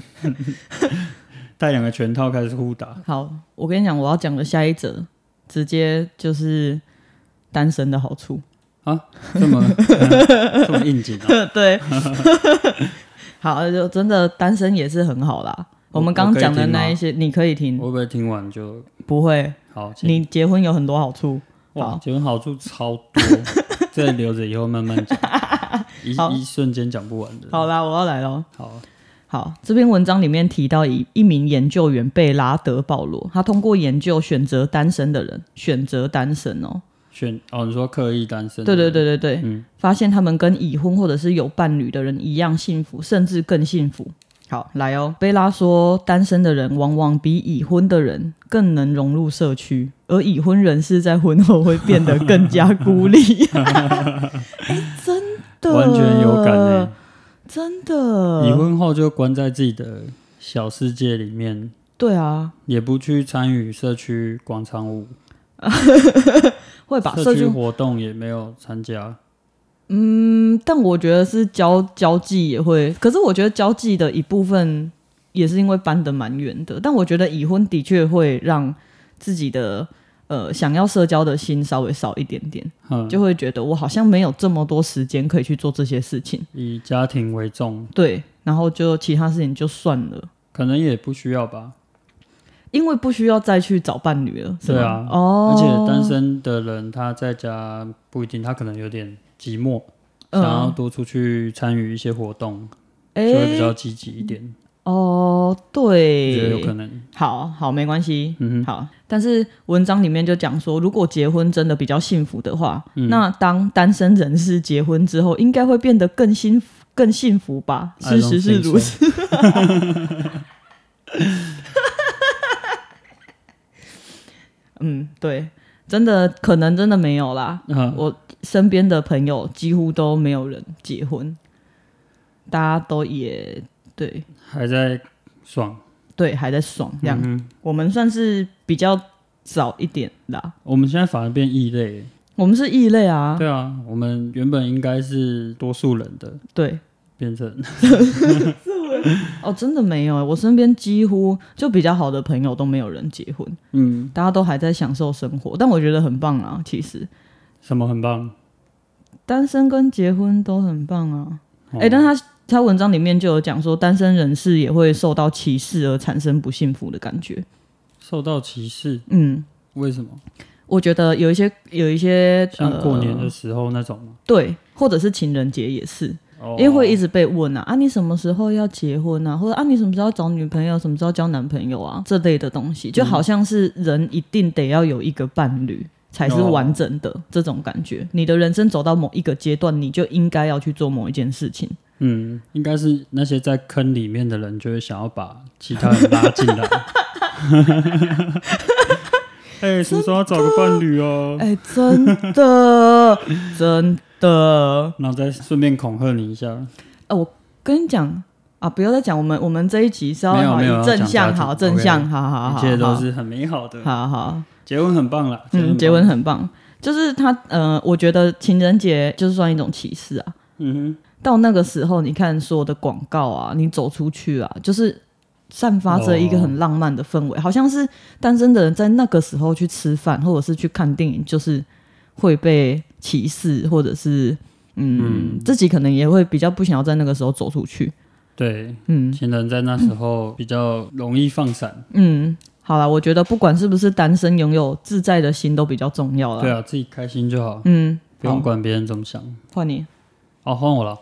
Speaker 1: 带两个拳套开始互打。
Speaker 2: 好。我跟你讲，我要讲的下一则，直接就是单身的好处。
Speaker 1: 这 么、这么应景啊！
Speaker 2: 对， 好，就真的单身也是很好啦。
Speaker 1: 我
Speaker 2: 我们刚
Speaker 1: 我可以
Speaker 2: 讲的
Speaker 1: 听吗
Speaker 2: 那一些，你可以听，
Speaker 1: 会不会听完就
Speaker 2: 不会。
Speaker 1: 好？请
Speaker 2: 你结婚有很多好处，
Speaker 1: 哇
Speaker 2: 好，
Speaker 1: 结婚好处超多，这留着以后慢 慢讲，一
Speaker 2: 好
Speaker 1: 一瞬间讲不完的。
Speaker 2: 好啦，我要来喽。
Speaker 1: 好，
Speaker 2: 好，这篇文章里面提到一一名研究员贝拉德保罗，他通过研究选择单身的人，选择单身哦。
Speaker 1: 选哦，你说刻意单身？
Speaker 2: 对对，对对对，
Speaker 1: 嗯
Speaker 2: 发现他们跟已婚或者是有伴侣的人一样幸福，甚至更幸福。好，来哦，贝拉说，单身的人往往比已婚的人更能融入社区，而已婚人士在婚后会变得更加 孤立。哎、真的，
Speaker 1: 完全有感诶、
Speaker 2: 真的，
Speaker 1: 离婚后就关在自己的小世界里面，
Speaker 2: 对啊，
Speaker 1: 也不去参与社区广场舞，
Speaker 2: 会把
Speaker 1: 社
Speaker 2: 社
Speaker 1: 区
Speaker 2: 区
Speaker 1: 活动也没有参加。
Speaker 2: 嗯，但我觉得是交交际也会，可是我觉得交际的一部分也是因为搬得蛮远的。但我觉得已婚的确会让自己的呃想要社交的心稍微少一点点，
Speaker 1: 嗯，
Speaker 2: 就会觉得我好像没有这么多时间可以去做这些事情。
Speaker 1: 以家庭为重，
Speaker 2: 对，然后就其他事情就算了，
Speaker 1: 可能也不需要吧。
Speaker 2: 因为不需要再去找伴侣了，是
Speaker 1: 对
Speaker 2: 吧？
Speaker 1: 啊而
Speaker 2: 哦，
Speaker 1: 且单身的人他在家不一定，他可能有点寂寞，想要
Speaker 2: 嗯，
Speaker 1: 多出去参与一些活动，
Speaker 2: 哎、
Speaker 1: 就会比较积极一点。
Speaker 2: 哦，
Speaker 1: 我
Speaker 2: 对，
Speaker 1: 觉得有可能。
Speaker 2: 好好，没关系。
Speaker 1: 嗯
Speaker 2: 好，但是文章里面就讲说，如果结婚真的比较幸福的话，
Speaker 1: 嗯
Speaker 2: 那当单身人士结婚之后，应该会变得更幸福、更幸福吧？
Speaker 1: I don't
Speaker 2: 事实是
Speaker 1: think
Speaker 2: 如此。嗯，对，真的可能真的没有啦。
Speaker 1: 嗯，
Speaker 2: 我身边的朋友几乎都没有人结婚，大家都也对
Speaker 1: 还在爽。
Speaker 2: 对还在爽这样
Speaker 1: 嗯哼
Speaker 2: 我们算是比较早一点啦。
Speaker 1: 我们现在反而变异类，
Speaker 2: 我们是异类啊，
Speaker 1: 对啊，我们原本应该是多数人的，
Speaker 2: 对。
Speaker 1: 变成
Speaker 2: 哦，真的没有欸，我身边几乎就比较好的朋友都没有人结婚，
Speaker 1: 嗯
Speaker 2: 大家都还在享受生活，但我觉得很棒啊，其实
Speaker 1: 什么很棒，
Speaker 2: 单身跟结婚都很棒啊。
Speaker 1: 哦
Speaker 2: 哎、但他他文章里面就有讲说，单身人士也会受到歧视而产生不幸福的感觉。
Speaker 1: 受到歧视，
Speaker 2: 嗯，
Speaker 1: 为什么？
Speaker 2: 我觉得有一些有一些
Speaker 1: 像过年
Speaker 2: 呃、
Speaker 1: 的时候那种吗？
Speaker 2: 对，或者是情人节也是，
Speaker 1: 哦
Speaker 2: 因为会一直被问啊，啊你什么时候要结婚啊，或者啊你什么时候要找女朋友，什么时候交男朋友啊这类的东
Speaker 1: 嗯
Speaker 2: 西，就好像是人一定得要有一个伴侣才是完整的、
Speaker 1: 哦
Speaker 2: 这种感觉。你的人生走到某一个阶段，你就应该要去做某一件事情。
Speaker 1: 嗯，应该是那些在坑里面的人，就会想要把其他人拉进来。 哎、什么时候要找个伴侣哦？
Speaker 2: 哎、真 的，真的，
Speaker 1: 然后再顺便恐吓你一下，
Speaker 2: 呃，我跟你讲啊，不要再讲我们我们这一集是要
Speaker 1: 没有
Speaker 2: 好
Speaker 1: 没有要
Speaker 2: 正
Speaker 1: 讲
Speaker 2: 向，
Speaker 1: 家庭
Speaker 2: 好正
Speaker 1: OK
Speaker 2: 向，好好好好，
Speaker 1: 一切都是很美好的。
Speaker 2: 好好。
Speaker 1: 结婚很棒啦，
Speaker 2: 嗯，结
Speaker 1: 很
Speaker 2: 婚很棒，就是他呃，我觉得情人节就是算一种歧视啊。
Speaker 1: 棒，嗯
Speaker 2: 到那个时候，你看所有的广告啊，你走出去啊，就是散发着一个很浪漫的
Speaker 1: 哦
Speaker 2: 氛围，好像是单身的人在那个时候去吃饭或者是去看电影，就是会被歧视，或者是嗯，自己可能也会比较不想要在那个时候走出去。
Speaker 1: 哼，对，
Speaker 2: 嗯
Speaker 1: 情人在那时候比较容易放闪，
Speaker 2: 嗯，好啦，我觉得不管是不是单身，拥有自在的心都比较重要了。
Speaker 1: 对啊，自己开心就好，
Speaker 2: 嗯，
Speaker 1: 不用
Speaker 2: 好，
Speaker 1: 管别人怎么想。
Speaker 2: 换你。
Speaker 1: 哦，换我了。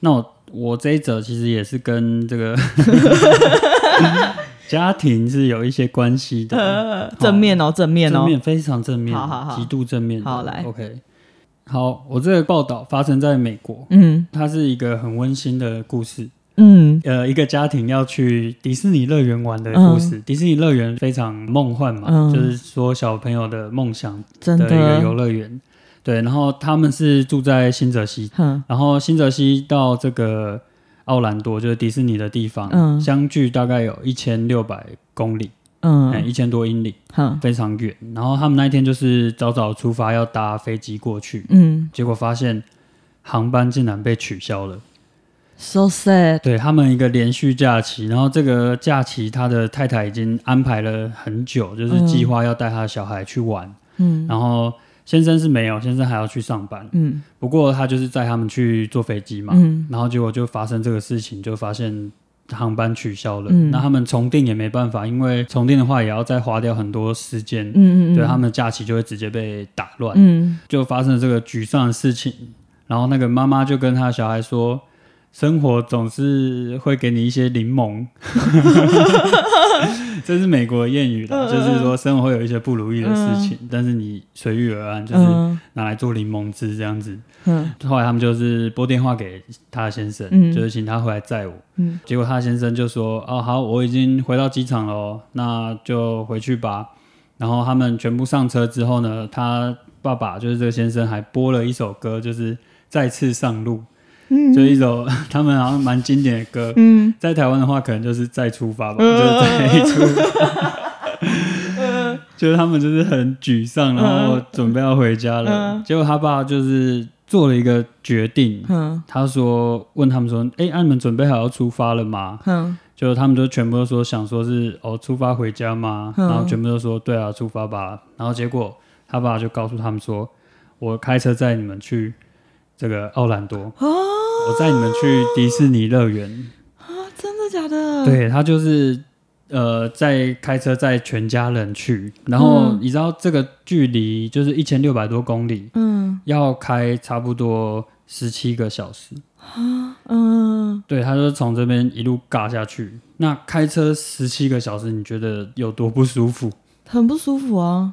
Speaker 1: 那我我这一则其实也是跟这 个 家庭是有一些关系的。
Speaker 2: 呃，正面哦，正面
Speaker 1: 正
Speaker 2: 哦，
Speaker 1: 面非常正面，
Speaker 2: 好好好
Speaker 1: 极度正面的。
Speaker 2: 好来
Speaker 1: ，OK。好，我这个报道发生在美国，
Speaker 2: 嗯
Speaker 1: 它是一个很温馨的故事。
Speaker 2: 嗯
Speaker 1: 呃，一个家庭要去迪士尼乐园玩的故事。迪士尼乐园非常梦幻嘛，
Speaker 2: 嗯
Speaker 1: 就是说小朋友的梦想
Speaker 2: 真
Speaker 1: 的一个游
Speaker 2: 的，
Speaker 1: 乐园。对，然后他们是住在新泽西，
Speaker 2: 哼，
Speaker 1: 然后新泽西到这个奥兰多，就是迪士尼的地方，
Speaker 2: 嗯
Speaker 1: 相距大概有一千六百公里，哎、
Speaker 2: 嗯
Speaker 1: 一千多英里。
Speaker 2: 哼，
Speaker 1: 非常远。然后他们那一天就是早早出发，要搭飞机过去，
Speaker 2: 嗯
Speaker 1: 结果发现航班竟然被取消了。
Speaker 2: ，so sad，
Speaker 1: 对他们一个连续假期，然后这个假期他的太太已经安排了很久，就是
Speaker 2: 嗯
Speaker 1: 计划要带他的小孩去玩，
Speaker 2: 嗯
Speaker 1: 然后。先生是没有，先生还要去上班。
Speaker 2: 嗯
Speaker 1: 不过他就是载他们去坐飞机嘛，
Speaker 2: 嗯
Speaker 1: 然后结果就发生这个事情，就发现航班取消了。
Speaker 2: 嗯
Speaker 1: 那他们重订也没办法，因为重订的话也要再花掉很多时间。
Speaker 2: 嗯嗯，
Speaker 1: 对他们的假期就会直接被打乱，
Speaker 2: 嗯
Speaker 1: 就发生了这个沮丧的事情。然后那个妈妈就跟她的小孩说：“生活总是会给你一些柠 檬。”这是美国的谚语
Speaker 2: 嗯
Speaker 1: 啦，
Speaker 2: 嗯
Speaker 1: 就是说生活会有一些不如意的事情，但是你随遇而安，就是
Speaker 2: 嗯
Speaker 1: 拿来做柠檬汁这样子。
Speaker 2: 嗯
Speaker 1: 后来他们就是拨电话给他的先生，
Speaker 2: 嗯
Speaker 1: 就是请他回来载我。
Speaker 2: 嗯
Speaker 1: 结果他先生就说：“哦，好，我已经回到机场了哦，那就回去吧。”然后他们全部上车之后呢，他爸爸就是这个先生还播了一首歌，就是《再次上路》，就是一首 他们好像蛮经典的歌。
Speaker 2: 嗯，
Speaker 1: 在台湾的话，可能就是再出发吧，就是 再出发。
Speaker 2: 嗯
Speaker 1: 就是他们就是很沮丧，然后准备要回家
Speaker 2: 嗯
Speaker 1: 了。结果他爸就是做了一个决定，
Speaker 2: 哼
Speaker 1: 他说问他们说：“哎、啊，你们准备好要出发了吗
Speaker 2: 哼，？”
Speaker 1: 就他们都全部都说想说是哦出发回家吗？
Speaker 2: 嗯
Speaker 1: 然后全部都说对啊出发吧。然后结果他爸就告诉他们说：“我开车载你们去这个奥兰多，
Speaker 2: 哦
Speaker 1: 我载你们去迪士尼乐园。
Speaker 2: 真的假的？，
Speaker 1: 对他就是呃在开车载全家人去，然后
Speaker 2: 嗯
Speaker 1: 你知道这个距离就是一千六百多公里，
Speaker 2: 嗯
Speaker 1: 要开差不多十七个小时。
Speaker 2: 嗯，
Speaker 1: 对，他就从这边一路尬下去。那开车十七个小时，你觉得有多不舒服？
Speaker 2: 很不舒服啊，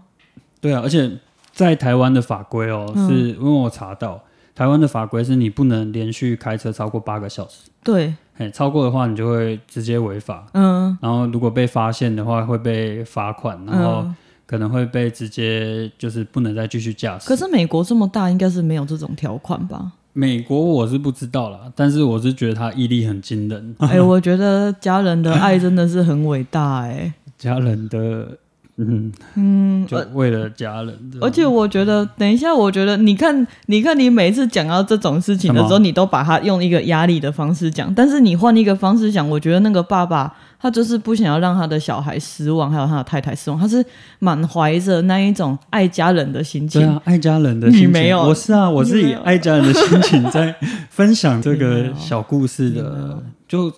Speaker 1: 对啊，而且在台湾的法规哦，
Speaker 2: 嗯
Speaker 1: 是因为我查到台湾的法规是你不能连续开车超过八个小时，
Speaker 2: 对，
Speaker 1: 嘿，超过的话你就会直接违法。
Speaker 2: 嗯
Speaker 1: 然后如果被发现的话，会被罚款，然后
Speaker 2: 嗯，
Speaker 1: 可能会被直接就是不能再继续驾驶。
Speaker 2: 可是美国这么大，应该是没有这种条款 吧？
Speaker 1: 美国我是不知道啦，但是我是觉得他毅力很惊人，
Speaker 2: 哎，我觉得家人的爱真的是很伟大，哎，
Speaker 1: 家人的嗯
Speaker 2: 嗯，
Speaker 1: 就为了家人，
Speaker 2: 而且我觉得，等一下，我觉得你看，你看，你每次讲到这种事情的时
Speaker 1: 什
Speaker 2: 候，
Speaker 1: 么
Speaker 2: 你都把它用一个压力的方式讲，但是你换一个方式讲，我觉得那个爸爸他就是不想要让他的小孩失望，还有他的太太失望，他是满怀着那一种爱家人的心
Speaker 1: 对
Speaker 2: 情。
Speaker 1: 啊，爱家人的心情，
Speaker 2: 你没有
Speaker 1: 我是啊，我是
Speaker 2: 你
Speaker 1: 以
Speaker 2: 没有
Speaker 1: 爱家人的心情在分享这个小故事
Speaker 2: 你没有
Speaker 1: 的，就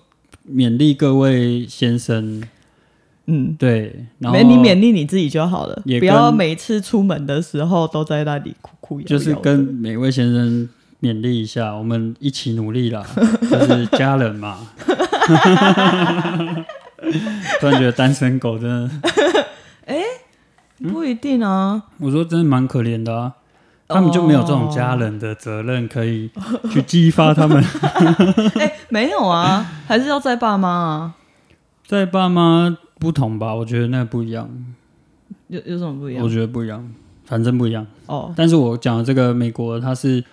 Speaker 1: 勉励各位先生，
Speaker 2: 嗯，
Speaker 1: 对，然后
Speaker 2: 没你勉励你自己就好了，
Speaker 1: 也
Speaker 2: 不要
Speaker 1: 跟
Speaker 2: 每次出门的时候都在那里哭哭摇摇的。
Speaker 1: 就是跟每位先生勉励一下，我们一起努力 啦，就是家人嘛。 突然觉得单身狗真的，嗯
Speaker 2: 不一定啊，
Speaker 1: 我说真的蛮可怜的啊。
Speaker 2: 哦
Speaker 1: 他们就没有这种家人的责任，可以去激发他们
Speaker 2: 哎、没 有啊，还是要在爸妈啊，
Speaker 1: 在爸妈不同吧？我觉得那个不一样。
Speaker 2: 有有什么不一样
Speaker 1: 我？觉得不一样，反正不一样。
Speaker 2: 哦，
Speaker 1: 但是我讲的这个美国，它是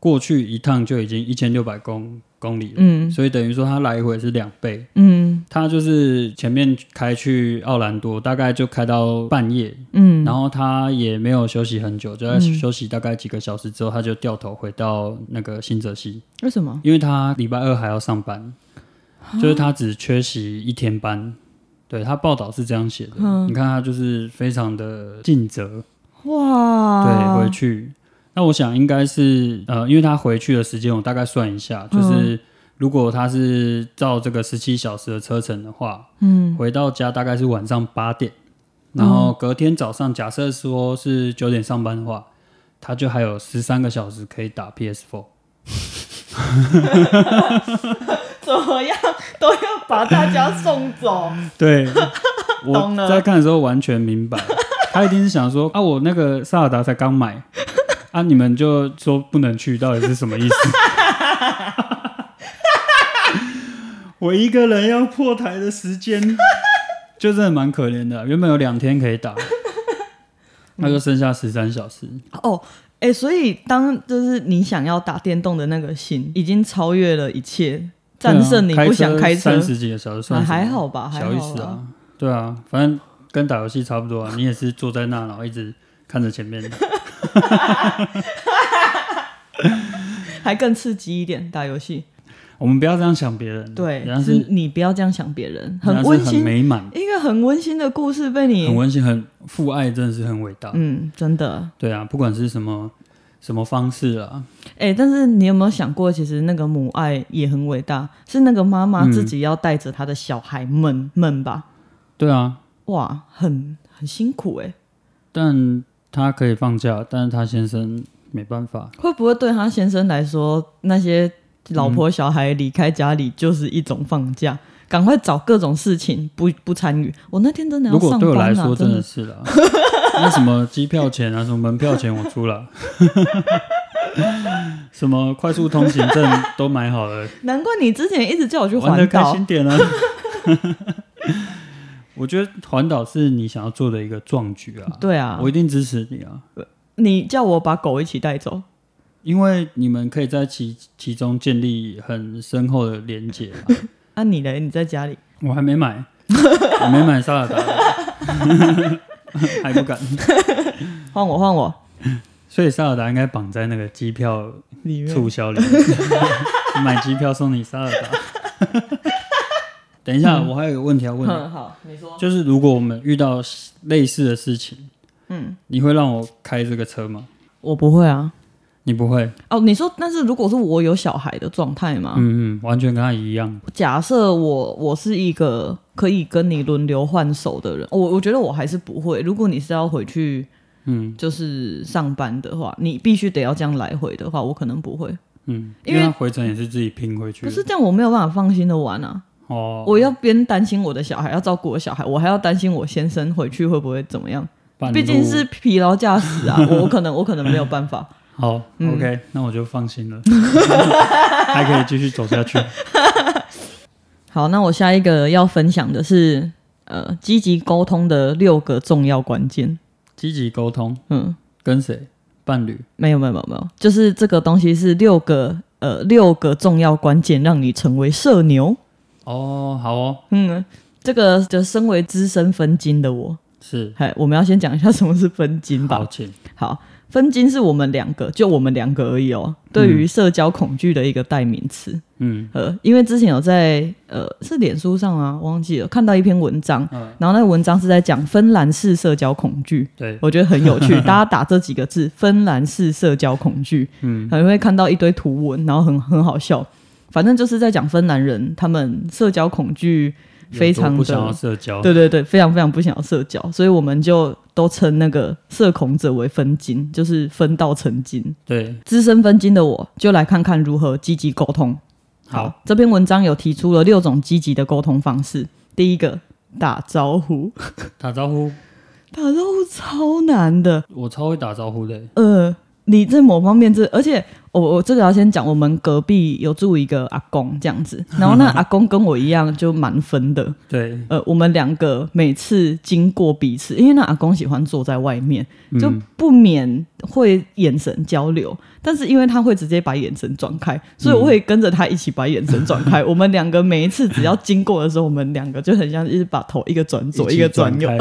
Speaker 1: 过去一趟就已经一千六百公公里了，
Speaker 2: 嗯
Speaker 1: 所以等于说它来回是两倍。
Speaker 2: 嗯
Speaker 1: 它就是前面开去奥兰多，大概就开到半夜，
Speaker 2: 嗯，
Speaker 1: 然后它也没有休息很久，就在
Speaker 2: 嗯
Speaker 1: 休息大概几个小时之后，它就掉头回到那个新泽西，
Speaker 2: 为什么？
Speaker 1: 因为它礼拜二还要上班，就是它只缺席一天班。对他报道是这样写的，
Speaker 2: 嗯
Speaker 1: 你看他就是非常的尽责，
Speaker 2: 哇，
Speaker 1: 对，回去。那我想应该是呃，因为他回去的时间，我大概算一下，
Speaker 2: 嗯
Speaker 1: 就是如果他是照这个十七小时的车程的话，
Speaker 2: 嗯
Speaker 1: 回到家大概是晚上八点，然后隔天早上假设说是九点上班的话，他就还有十三个小时可以打 PS4。
Speaker 2: 怎么样都要把大家送走，
Speaker 1: 对，我
Speaker 2: 懂了
Speaker 1: 在看的时候完全明白，他一定是想说啊，我那个萨尔达才刚 买。啊！你们就说不能去，到底是什么 意思？我一个人要破台的时间，就真的蛮可怜的。啊原本有两天可以打，
Speaker 2: 嗯
Speaker 1: 那就剩下十三小时。
Speaker 2: 哦。哎、所以当就是你想要打电动的那个心，已经超越了一切，战胜你不想开车
Speaker 1: 啊三，十几个小时算
Speaker 2: 啊
Speaker 1: 什么
Speaker 2: 还好吧，还
Speaker 1: 小
Speaker 2: 好
Speaker 1: 意思
Speaker 2: 啦。
Speaker 1: 啊，对啊，反正跟打游戏差不多啊。你也是坐在那，然后一直看着前面。
Speaker 2: 还更刺激一点打游戏。
Speaker 1: 我们不要这样想别人，
Speaker 2: 对
Speaker 1: 人家，
Speaker 2: 是
Speaker 1: 是
Speaker 2: 你不要这样想别人，
Speaker 1: 人家
Speaker 2: 很
Speaker 1: 是
Speaker 2: 温馨，
Speaker 1: 美满，
Speaker 2: 一个很温馨的故事被
Speaker 1: 很
Speaker 2: 你，
Speaker 1: 温馨，很父爱，真的是很伟大。
Speaker 2: 嗯，真的。
Speaker 1: 对啊，不管是什么什么方式啊，
Speaker 2: 哎、但是你有没有想过，其实那个母爱也很伟大，是那个妈
Speaker 1: 嗯
Speaker 2: 妈自己要带着她的小孩们们吧？
Speaker 1: 对啊，
Speaker 2: 哇，很很辛苦哎、
Speaker 1: 但他可以放假，但是他先生没办法。
Speaker 2: 会不会对她先生来说，那些老婆小孩离开家里就是一种放假？赶快找各种事情不不参与。我那天真的要
Speaker 1: 如果
Speaker 2: 上
Speaker 1: 对我
Speaker 2: 班
Speaker 1: 来
Speaker 2: 啊，
Speaker 1: 说，
Speaker 2: 真
Speaker 1: 真的是啦， 那什么机票钱啊，什么门票钱我出了， 什么快速通行证都买好了，
Speaker 2: 难怪你之前一直叫 我去
Speaker 1: 玩的
Speaker 2: 环
Speaker 1: 开
Speaker 2: 岛
Speaker 1: 心，点啊。 我觉得环岛是你想要做的一个壮举啊，
Speaker 2: 对啊
Speaker 1: 我，一定支持你啊。
Speaker 2: 你叫我把狗一起带走，
Speaker 1: 因为你们可以在其其中建立很深厚的连结 嘛。
Speaker 2: 啊你嘞？你在家里？
Speaker 1: 我还没买，我没买萨尔达， 还不敢。
Speaker 2: 换我换我，
Speaker 1: 所以萨尔达应该绑在那个机票
Speaker 2: 里面
Speaker 1: 促销里 面，买机票送你萨尔达。等一下，我还有一个问题要问你，
Speaker 2: 嗯 好，你说
Speaker 1: 就是如果我们遇到类似的事情，
Speaker 2: 嗯，
Speaker 1: 你会让我开这个车吗？
Speaker 2: 我不会啊。
Speaker 1: 你不会，
Speaker 2: 哦，你说，但是如果是我有小孩的状态嘛，
Speaker 1: 嗯嗯，完全跟他一样，
Speaker 2: 假设我我是一个可以跟你轮流换手的人，我我觉得我还是不会。如果你是要回去
Speaker 1: 嗯
Speaker 2: 就是上班的话，你必须得要这样来回的话，我可能不会。
Speaker 1: 嗯，因
Speaker 2: 因为
Speaker 1: 为他回程也是自己拼回去
Speaker 2: 不
Speaker 1: 的，
Speaker 2: 是这样，我没有办法放心的玩啊！
Speaker 1: 哦，
Speaker 2: 我要边担心我的小孩，要照顾我小孩，我还要担心我先生回去会不会怎么样。
Speaker 1: 半
Speaker 2: 毕竟
Speaker 1: 路
Speaker 2: 是疲劳驾驶 啊，我我可能我可能没有办法。
Speaker 1: 好、
Speaker 2: 嗯
Speaker 1: o k 那我就放 心了，还可以继续走下去。
Speaker 2: 好，那我下一个要分享的是，呃，积极沟通的六个重要关键。
Speaker 1: 积极沟通，
Speaker 2: 嗯，
Speaker 1: 跟谁？伴侣。
Speaker 2: 没有没有没有没有，就是这个东西是六个呃六个重要关键，让你成为社牛。
Speaker 1: 哦，好哦，
Speaker 2: 嗯，这个就身为资深分金的我，
Speaker 1: 是
Speaker 2: 嗨，我们要先讲一下什么是分金吧
Speaker 1: 好。请
Speaker 2: 好，分金是我们两个，就我们两个而已哦。对于社交恐惧的一个代名词，
Speaker 1: 嗯
Speaker 2: 呃，因为之前有在呃是脸书上啊，忘记了看到一篇文章，
Speaker 1: 嗯
Speaker 2: 然后那个文章是在讲芬兰式社交恐惧，
Speaker 1: 对
Speaker 2: 我觉得很有趣。大家打这几个字“芬兰式社交恐惧”，
Speaker 1: 嗯
Speaker 2: 嗯，你会看到一堆图文，然后很很好笑。反正就是在讲芬兰人他们社交恐惧非
Speaker 1: 有多
Speaker 2: 常
Speaker 1: 不想要
Speaker 2: 的，
Speaker 1: 社交，
Speaker 2: 对对对，非常非常不想要社交，所以我们就都称那个社恐者为分金，就是分到成金。
Speaker 1: 对
Speaker 2: 资深分金的我就来看看如何积极沟通。
Speaker 1: 好，
Speaker 2: 这篇文章有提出了六种积极的沟通方式。第一个，打招呼，
Speaker 1: 打招呼，
Speaker 2: 打招呼超难的。
Speaker 1: 我超会打招呼的，
Speaker 2: 呃，你在某方面这，而且我我这个要先讲，我们隔壁有住一个阿公这样子，然后那阿公跟我一样就蛮分的，
Speaker 1: 对，
Speaker 2: 呃，我们两个每次经过彼此，因为那阿公喜欢坐在外面，
Speaker 1: 嗯
Speaker 2: 就不免会眼神交流，但是因为他会直接把眼神转开，所以我会跟着他一起把眼神转开。我们两个每一次只要经过的时候，我们两个就很像是把头一个转左，一
Speaker 1: 起
Speaker 2: 个转右，
Speaker 1: 开，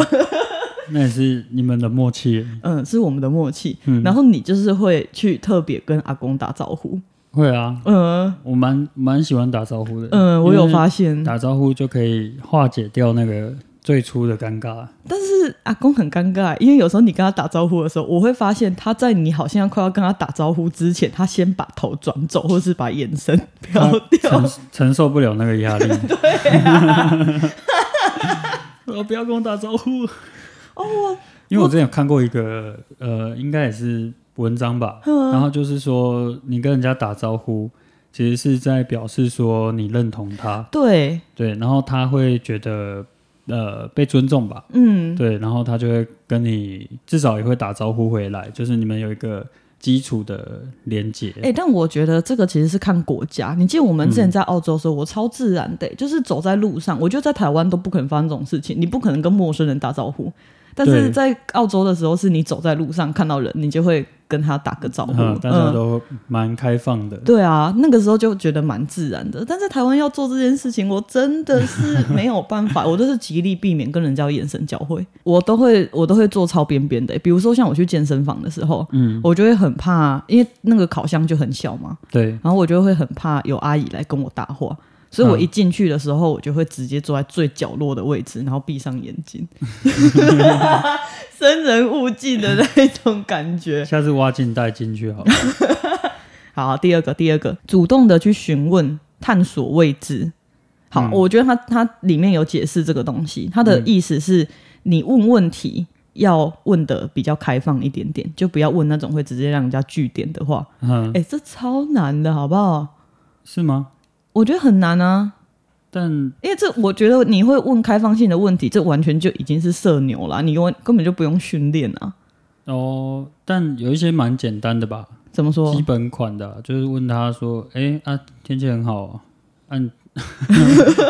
Speaker 1: 那也是你们的默契，
Speaker 2: 嗯，是我们的默契。然后你就是会去特别跟阿公打招呼，
Speaker 1: 会啊，
Speaker 2: 嗯
Speaker 1: 我蛮蛮喜欢打招呼的，
Speaker 2: 嗯，我有发
Speaker 1: 现
Speaker 2: 现，
Speaker 1: 打招呼就可以化解掉那个最初的尴 尬，
Speaker 2: 但是阿公很尴尬，因为有时候你跟他打招呼的时候，我会发现他在你好像要快要跟他打招呼之前，他先把头转走，或是把眼神
Speaker 1: 他
Speaker 2: 飘掉
Speaker 1: 承。承受不了那个压 力，对、
Speaker 2: 啊
Speaker 1: 我哦不要跟我打招呼，
Speaker 2: 哦，我
Speaker 1: 因为我之前有看过一个呃，应该也是文章吧，
Speaker 2: 嗯
Speaker 1: 然后就是说你跟人家打招呼，其实是在表示说你认同他，
Speaker 2: 对，
Speaker 1: 对，然后他会觉得呃被尊重吧，
Speaker 2: 嗯，
Speaker 1: 对，然后他就会跟你至少也会打招呼回来，就是你们有一个基础的连接，
Speaker 2: 哎、但我觉得这个其实是看国家。你记得我们
Speaker 1: 嗯
Speaker 2: 之前在澳洲的时候，我超自然的、就是走在路上，我觉得在台湾都不可能发生这种事情，你不可能跟陌生人打招呼。但
Speaker 1: 对
Speaker 2: 是在澳洲的时候，是你走在路上看到人，你就会跟他打个招呼，
Speaker 1: 嗯，大家
Speaker 2: 嗯
Speaker 1: 都蛮开放的，
Speaker 2: 对啊，那个时候就觉得蛮自然的。但在台湾要做这件事情，我真 的是没有办法，我都是极力避免跟人家有眼神交汇，我都会我都会做超边边的、比如说像我去健身房的时候，嗯，我就会很怕，因为那个烤箱就很小嘛，
Speaker 1: 对，
Speaker 2: 然后我就会很怕有阿姨来跟我搭话。所以我一进去的时候，我就会直接坐在最角落的位置，然后闭上眼睛，生人勿近的那一种感觉。
Speaker 1: 下次挖镜带进去好了，
Speaker 2: 好，第二个，第二个，主动的去询问、探索未知。好，我觉得它它里面有解释这个东西，它的意思是你问问题要问的比较开放一点点，就不要问那种会直接让人家据点的话。
Speaker 1: 嗯，
Speaker 2: 哎、这超难的，好不好？
Speaker 1: 是吗？
Speaker 2: 我觉得很难啊，
Speaker 1: 但
Speaker 2: 因为这我觉得你会问开放性的问题，这完全就已经是社牛啦，你根根本就不用训练啊。
Speaker 1: 哦，但有一些蛮简单的吧，
Speaker 2: 怎么说
Speaker 1: 基？本款的啊、就是问他说：“哎、啊，天气很好、啊， 按、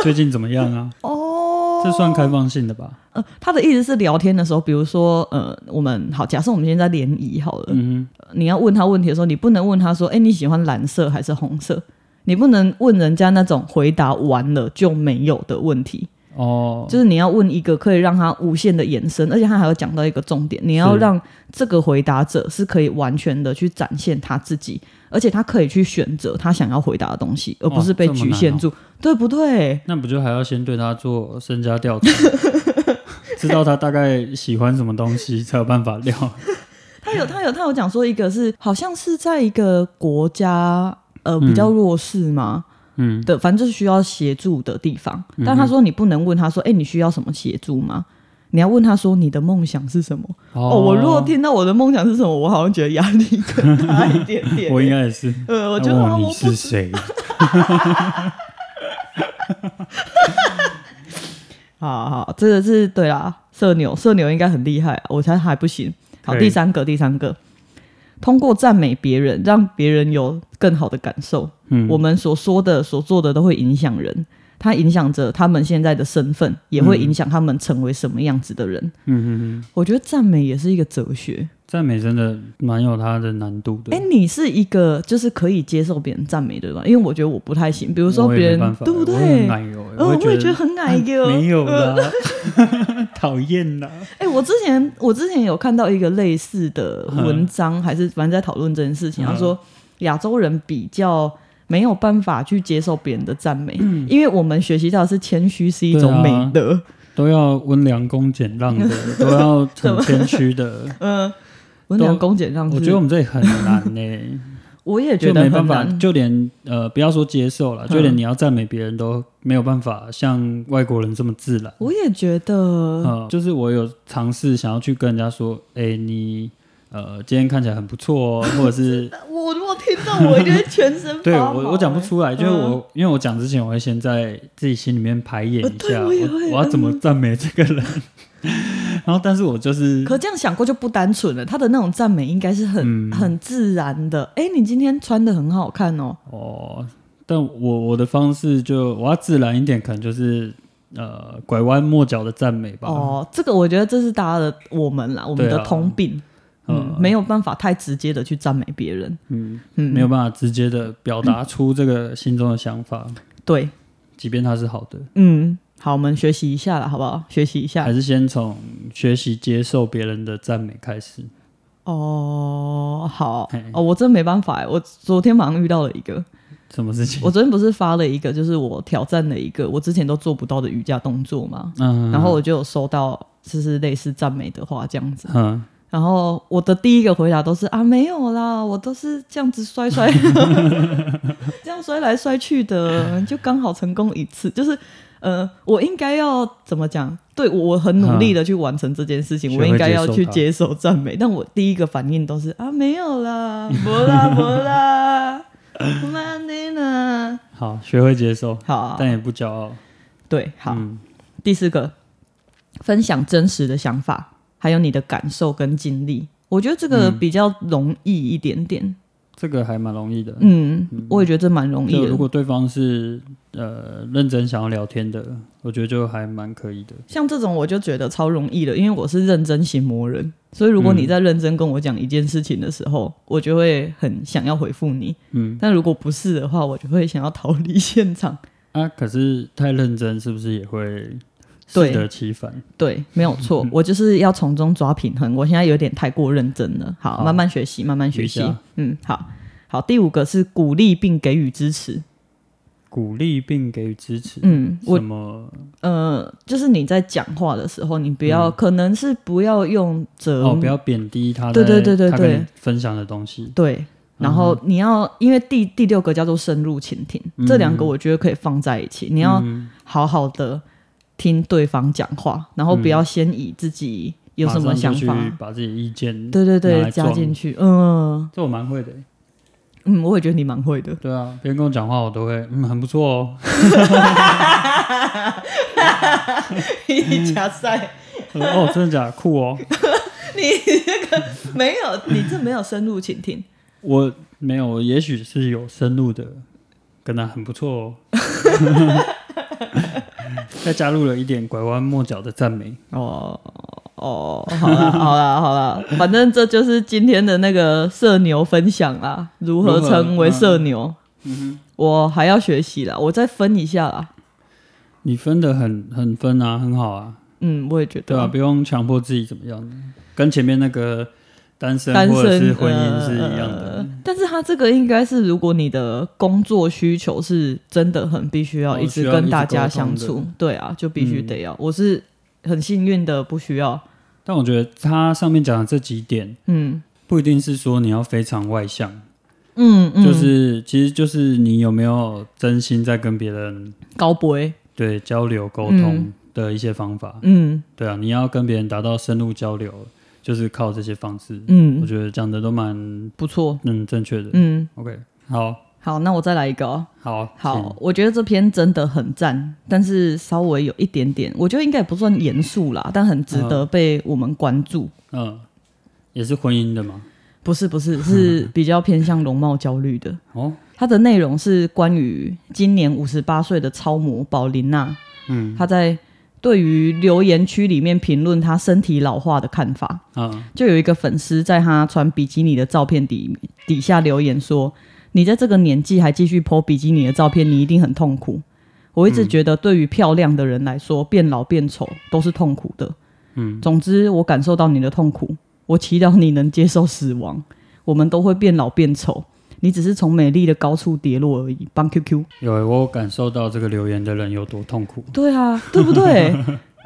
Speaker 1: 最近怎么样啊？”
Speaker 2: 哦
Speaker 1: 这算开放性的吧？
Speaker 2: 呃，他的意思是聊天的时候，比如说，呃，我们好，假设我们现在在联谊好了，
Speaker 1: 嗯
Speaker 2: 呃你要问他问题的时候，你不能问他说，哎、你喜欢蓝色还是红色？你不能问人家那种回答完了就没有的问题，
Speaker 1: 哼，哦，
Speaker 2: 就是你要问一个可以让他无限的延伸，而且他还要讲到一个重点，你要
Speaker 1: 是
Speaker 2: 让这个回答者是可以完全的去展现他自己，而且他可以去选择他想要回答的东西，而不
Speaker 1: 哇
Speaker 2: 是被
Speaker 1: 这么
Speaker 2: 局
Speaker 1: 难
Speaker 2: 限
Speaker 1: 哦嗯
Speaker 2: 住，对不对？
Speaker 1: 那不就还要先对他做身家调 查，知道他大概喜欢什么东西，才有办法聊。
Speaker 2: 他有他有他有讲说，一个是好像是在一个国家呃比较弱势嘛、
Speaker 1: 嗯，
Speaker 2: 的，反正就是需要协助的地方。但他说你不能问他说，哎、你需要什么协助吗？你要问他说你的梦想是什么？ 哦，我如果听到我的梦想是什么，我好像觉得压力更大一点 点。
Speaker 1: 我应该也是，
Speaker 2: 呃，我
Speaker 1: 那
Speaker 2: 觉得
Speaker 1: 问
Speaker 2: 啊
Speaker 1: 你
Speaker 2: 我不
Speaker 1: 是谁？
Speaker 2: 好好，这个是对啦，社牛社牛应该很厉害，我才还不行。好，
Speaker 1: 可以
Speaker 2: 第三个，第三个，通过赞美别人，让别人有更好的感受。
Speaker 1: 嗯
Speaker 2: 我们所说的、所做的都会影响人，它影响着他们现在的身份，也会影响他们成为什么样子的人。
Speaker 1: 嗯嗯嗯嗯，
Speaker 2: 我觉得赞美也是一个哲学，
Speaker 1: 赞美真的蛮有它的难度的。
Speaker 2: 哎、你是一个就是可以接受别人赞美的吧？因为我觉得我不太行，比如说
Speaker 1: 我也
Speaker 2: 别
Speaker 1: 没办
Speaker 2: 人
Speaker 1: 法
Speaker 2: 对不
Speaker 1: 我也
Speaker 2: 对
Speaker 1: 很？奶油、欸，
Speaker 2: 呃，我
Speaker 1: 会
Speaker 2: 也
Speaker 1: 觉
Speaker 2: 觉得呃很矮哟。嗯
Speaker 1: 没有啦， 讨厌啦。
Speaker 2: 哎、我之前我之前有看到一个类似的文章，还是反正在讨论这件事
Speaker 1: 嗯
Speaker 2: 情。他说亚洲人比较没有办法去接受别人的赞美，
Speaker 1: 嗯
Speaker 2: 因为我们学习到的是谦虚是一种美
Speaker 1: 啊
Speaker 2: 德。
Speaker 1: 都要温良恭俭让 的，都要很谦虚的。
Speaker 2: 嗯、温良恭俭让是，
Speaker 1: 我觉得我们这里很难呢、欸
Speaker 2: 我也觉
Speaker 1: 就
Speaker 2: 得
Speaker 1: 没
Speaker 2: 很
Speaker 1: 办法，
Speaker 2: 难嗯
Speaker 1: 就连呃，不要说接受了，就连你要赞美别人都没有办法像外国人这么自然。
Speaker 2: 我也觉得，
Speaker 1: 呃，就是我有尝试想要去跟人家说，哎、你呃今天看起来很不错哦，或者 是
Speaker 2: 我如果听到，我一定会全身
Speaker 1: 对
Speaker 2: 发
Speaker 1: 我
Speaker 2: 毛
Speaker 1: 我讲不
Speaker 2: 欸
Speaker 1: 出来，就是
Speaker 2: 嗯
Speaker 1: 我、因为我讲之前我会先在自己心里面排演
Speaker 2: 呃
Speaker 1: 一
Speaker 2: 对
Speaker 1: 下，
Speaker 2: 我也会嗯
Speaker 1: 我要怎么赞美这个人， 然后但是我就是
Speaker 2: 可这样想过就不单纯了，他的那种赞美应该是很、
Speaker 1: 嗯
Speaker 2: 很自然的。哎、你今天穿的很好看哦，
Speaker 1: 哦，但我我的方式就我要自然一点，可能就是呃拐弯抹角的赞美吧。
Speaker 2: 哦，这个我觉得这是大家的我们啦，我们
Speaker 1: 对
Speaker 2: 的
Speaker 1: 啊
Speaker 2: 通病，嗯
Speaker 1: 嗯，
Speaker 2: 没有办法太直接的去赞美别人，
Speaker 1: 嗯，
Speaker 2: 嗯，
Speaker 1: 没有办法直接的表达出这个心中的想法，
Speaker 2: 嗯对，
Speaker 1: 即便它是好的，
Speaker 2: 嗯，好，我们学习一下啦，好不好？学习一下
Speaker 1: 还，是先从学习接受别人的赞美开始。
Speaker 2: 哦，好
Speaker 1: 嘿，
Speaker 2: 哦，我真没办法欸，我昨天马上遇到了一 个，
Speaker 1: 什么事情？
Speaker 2: 我昨天不是发了一个，就是我挑战了一个我之前都做不到的瑜伽动作嘛，
Speaker 1: 嗯，
Speaker 2: 然后我就有收到就是类似赞美的话这样子，
Speaker 1: 嗯，
Speaker 2: 然后我的第一个回答都是啊，没有啦，我都是这样子摔 摔， 这样摔来摔去的，就刚好成功一次。就是呃，我应该要怎么讲？对我我很努力的去完成这件事情，
Speaker 1: 学
Speaker 2: 我
Speaker 1: 会
Speaker 2: 应该要
Speaker 1: 接
Speaker 2: 去
Speaker 1: 受它
Speaker 2: 接受赞美。但我第一个反应都是啊，没有啦，没啦，没 啦，妈的呢？
Speaker 1: 好，学会接受，
Speaker 2: 好啊，
Speaker 1: 但也不骄傲。
Speaker 2: 对，好，
Speaker 1: 嗯
Speaker 2: 第四个，分享真实的想法，还有你的感受跟经历。我觉得这
Speaker 1: 嗯
Speaker 2: 个比较容易一点点。
Speaker 1: 这个还蛮容易的。
Speaker 2: 嗯，我也觉得这蛮容易
Speaker 1: 就
Speaker 2: 的
Speaker 1: 如。果对方是呃认真想要聊天的，我觉得就还蛮可以的。
Speaker 2: 像这种我就觉得超容易的，因为我是认真型魔人，所以如
Speaker 1: 嗯
Speaker 2: 果你在认真跟我讲一件事情的时候，我就会很想要回复你。
Speaker 1: 嗯
Speaker 2: 但如果不是的话，我就会想要逃离现场。
Speaker 1: 啊，可是太认真是不是也会适
Speaker 2: 对
Speaker 1: 得其反？
Speaker 2: 对，没有
Speaker 1: 嗯
Speaker 2: 错，我就是要从中抓平衡。我现在有点太过认真了，好，
Speaker 1: 好
Speaker 2: 慢慢学习，慢慢学
Speaker 1: 瑜
Speaker 2: 习
Speaker 1: 伽。
Speaker 2: 嗯，好好。第五个是鼓励并给予支持。
Speaker 1: 鼓励并给予支持。
Speaker 2: 嗯，我
Speaker 1: 什么？
Speaker 2: 呃，就是你在讲话的时候，你不要，可能是不要用折磨，
Speaker 1: 嗯哦，不要贬低他在
Speaker 2: 嗯对对对对
Speaker 1: 他跟
Speaker 2: 对
Speaker 1: 你分享的东西。
Speaker 2: 对。
Speaker 1: 嗯
Speaker 2: 然后你要，因为第第六个叫做深入倾听，
Speaker 1: 嗯
Speaker 2: 这两个我觉得可以放在一起。你要
Speaker 1: 嗯
Speaker 2: 好好的听对方讲话，然后不要先以自己有什
Speaker 1: 嗯
Speaker 2: 么
Speaker 1: 马上
Speaker 2: 想
Speaker 1: 就
Speaker 2: 法，
Speaker 1: 去把自己的意见
Speaker 2: 对对
Speaker 1: 拿
Speaker 2: 对，
Speaker 1: 来
Speaker 2: 加
Speaker 1: 撞
Speaker 2: 进去。嗯
Speaker 1: 这我蛮会的欸。
Speaker 2: 嗯，我也觉得你蛮会 的。
Speaker 1: 对啊，别人跟我讲话，我都会嗯，很不错哦，
Speaker 2: 你加塞，
Speaker 1: 我说哦，真的假的？酷哦，
Speaker 2: 你这个没有，你这没有深入倾听。
Speaker 1: 我没有，我也许是有深入的，跟他很不错哦， 再加入了一点拐弯抹角的赞美。
Speaker 2: 哦哦，好啦 好啦好啦，反正这就是今天的那个社牛分享啦，如何
Speaker 1: 如何
Speaker 2: 成为社牛？我还要学习啦，我再分一下啦。
Speaker 1: 你分的很很分啊，很好啊，
Speaker 2: 嗯，我也觉
Speaker 1: 对
Speaker 2: 得
Speaker 1: 啊，不用强迫自己怎么样，跟前面那个单身
Speaker 2: 单
Speaker 1: 或者
Speaker 2: 身
Speaker 1: 是婚姻是一样的。
Speaker 2: 呃但是他这个应该是，如果你的工作需求是真的很必须要
Speaker 1: 哦
Speaker 2: 一
Speaker 1: 需
Speaker 2: 直
Speaker 1: 要一
Speaker 2: 跟
Speaker 1: 直
Speaker 2: 大家
Speaker 1: 沟通
Speaker 2: 相
Speaker 1: 的
Speaker 2: 处，对啊，就必须
Speaker 1: 嗯
Speaker 2: 得要。我是很幸运的，不需要。
Speaker 1: 但我觉得他上面讲的这几点，
Speaker 2: 嗯
Speaker 1: 不一定是说你要非常外向，
Speaker 2: 嗯嗯，
Speaker 1: 就是其实就是你有没有真心在跟别人
Speaker 2: 高杯，
Speaker 1: 对交流沟通
Speaker 2: 嗯
Speaker 1: 的一些方法。
Speaker 2: 嗯
Speaker 1: 对啊，你要跟别人达到深入交流，就是靠这些方式。我
Speaker 2: 嗯，
Speaker 1: 觉得讲的都蛮
Speaker 2: 不错，
Speaker 1: 嗯正确的。
Speaker 2: 嗯，
Speaker 1: OK，好，
Speaker 2: 好，那我再来一个哦。
Speaker 1: 好，
Speaker 2: 好，我觉得这篇真的很赞，但是稍微有一点点，我觉得应该也不算严肃啦，但很
Speaker 1: 嗯
Speaker 2: 值得被我们关注。
Speaker 1: 请，嗯，也是婚姻的嘛。
Speaker 2: 不是不是， 是比较偏向容貌焦虑的。
Speaker 1: 哦，
Speaker 2: 它的内容是关于今年五十八岁的超模宝琳娜，
Speaker 1: 嗯
Speaker 2: 她在对于留言区里面评论他身体老化的看法。
Speaker 1: 啊，
Speaker 2: 就有一个粉丝在他穿比基尼的照片底底下留言说：“你在这个年纪还继续 po 比基尼的照片，你一定很痛苦。”我一直觉得，对于漂亮的人来说，变老变丑都是痛苦的。
Speaker 1: 嗯，
Speaker 2: 总之我感受到你的痛苦，我祈祷你能接受死亡。我们都会变老变丑，你只是从美丽的高处跌落而已。帮 QQ，
Speaker 1: 有欸我有感受到这个留言的人有多痛苦，
Speaker 2: 对啊，对不对？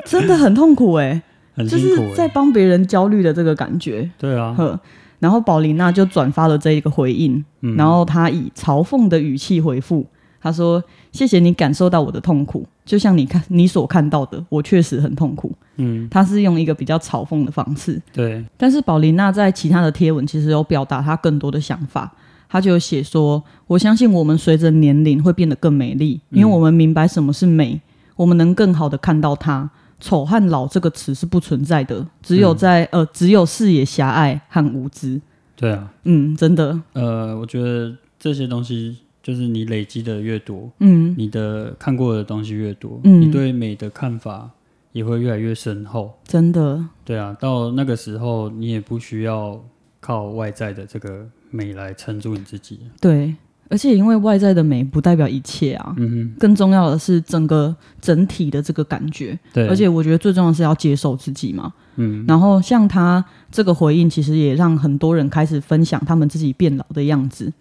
Speaker 2: 真的很痛苦哎、
Speaker 1: 很
Speaker 2: 就
Speaker 1: 辛
Speaker 2: 是
Speaker 1: 苦
Speaker 2: 在
Speaker 1: 欸。
Speaker 2: 帮别人焦虑的这个感觉。
Speaker 1: 对啊，
Speaker 2: 呵，然后宝琳娜就转发了这一个回应，
Speaker 1: 嗯
Speaker 2: 然后她以嘲讽的语气回复，她说：“谢谢你感受到我的痛苦，就像你看你所看到的，我确实很痛苦。
Speaker 1: 嗯”，
Speaker 2: 她是用一个比较嘲讽的方式，
Speaker 1: 对，
Speaker 2: 但是宝琳娜在其他的贴文其实有表达她更多的想法。她就有写说：“我相信我们随着年龄会变得更美丽，因为我们明白什么是美，我们能更好的看到它。丑和老这个词是不存在的，只有在、呃，只有视野狭隘和无知。
Speaker 1: 对啊，
Speaker 2: 嗯，真的，
Speaker 1: 呃，我觉得这些东西就是你累积的越多，
Speaker 2: 嗯，
Speaker 1: 你的看过的东西越多，
Speaker 2: 嗯
Speaker 1: 你对美的看法也会越来越深厚。
Speaker 2: 真的，
Speaker 1: 对啊，到那个时候你也不需要靠外在的这个美来撑住你自己。
Speaker 2: 对。而且因为外在的美不代表一切啊，
Speaker 1: 嗯
Speaker 2: 更重要的是整个整体的这个感觉。
Speaker 1: 哼，对，
Speaker 2: 而且我觉得最重要的是要接受自己嘛。
Speaker 1: 嗯
Speaker 2: 然后像他这个回应，其实也让很多人开始分享他们自己变老的样子。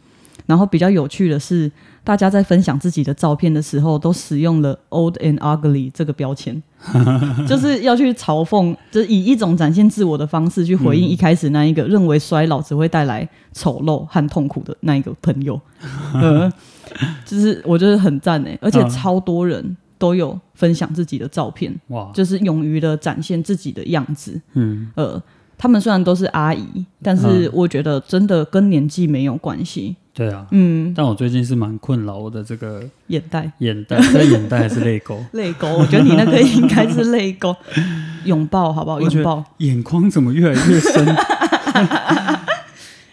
Speaker 2: 然后比较有趣的是，大家在分享自己的照片的时候，都使用了 “old and ugly” 这个 标签，就是要去嘲讽，就是以一种展现自我的方式去回应一开始那一个认为衰老只会带来丑陋和痛苦的那一个朋友。呃，就是我觉得很赞哎，而且
Speaker 1: 嗯
Speaker 2: 超多人都有分享自己的照片，
Speaker 1: 哇，
Speaker 2: 就是勇于的展现自己的样子。
Speaker 1: 嗯
Speaker 2: 呃，他们虽然都是阿姨，但是我觉得真的跟年纪没有关系。
Speaker 1: 对啊。
Speaker 2: 嗯，
Speaker 1: 但我最近是蛮困扰我的这个
Speaker 2: 眼袋、
Speaker 1: 眼袋， 是眼袋还是泪沟？
Speaker 2: 泪沟，我觉得你那个应该是泪沟。 拥抱好不好？
Speaker 1: 我觉
Speaker 2: 拥
Speaker 1: 得
Speaker 2: 抱。
Speaker 1: 眼眶怎么越来越深？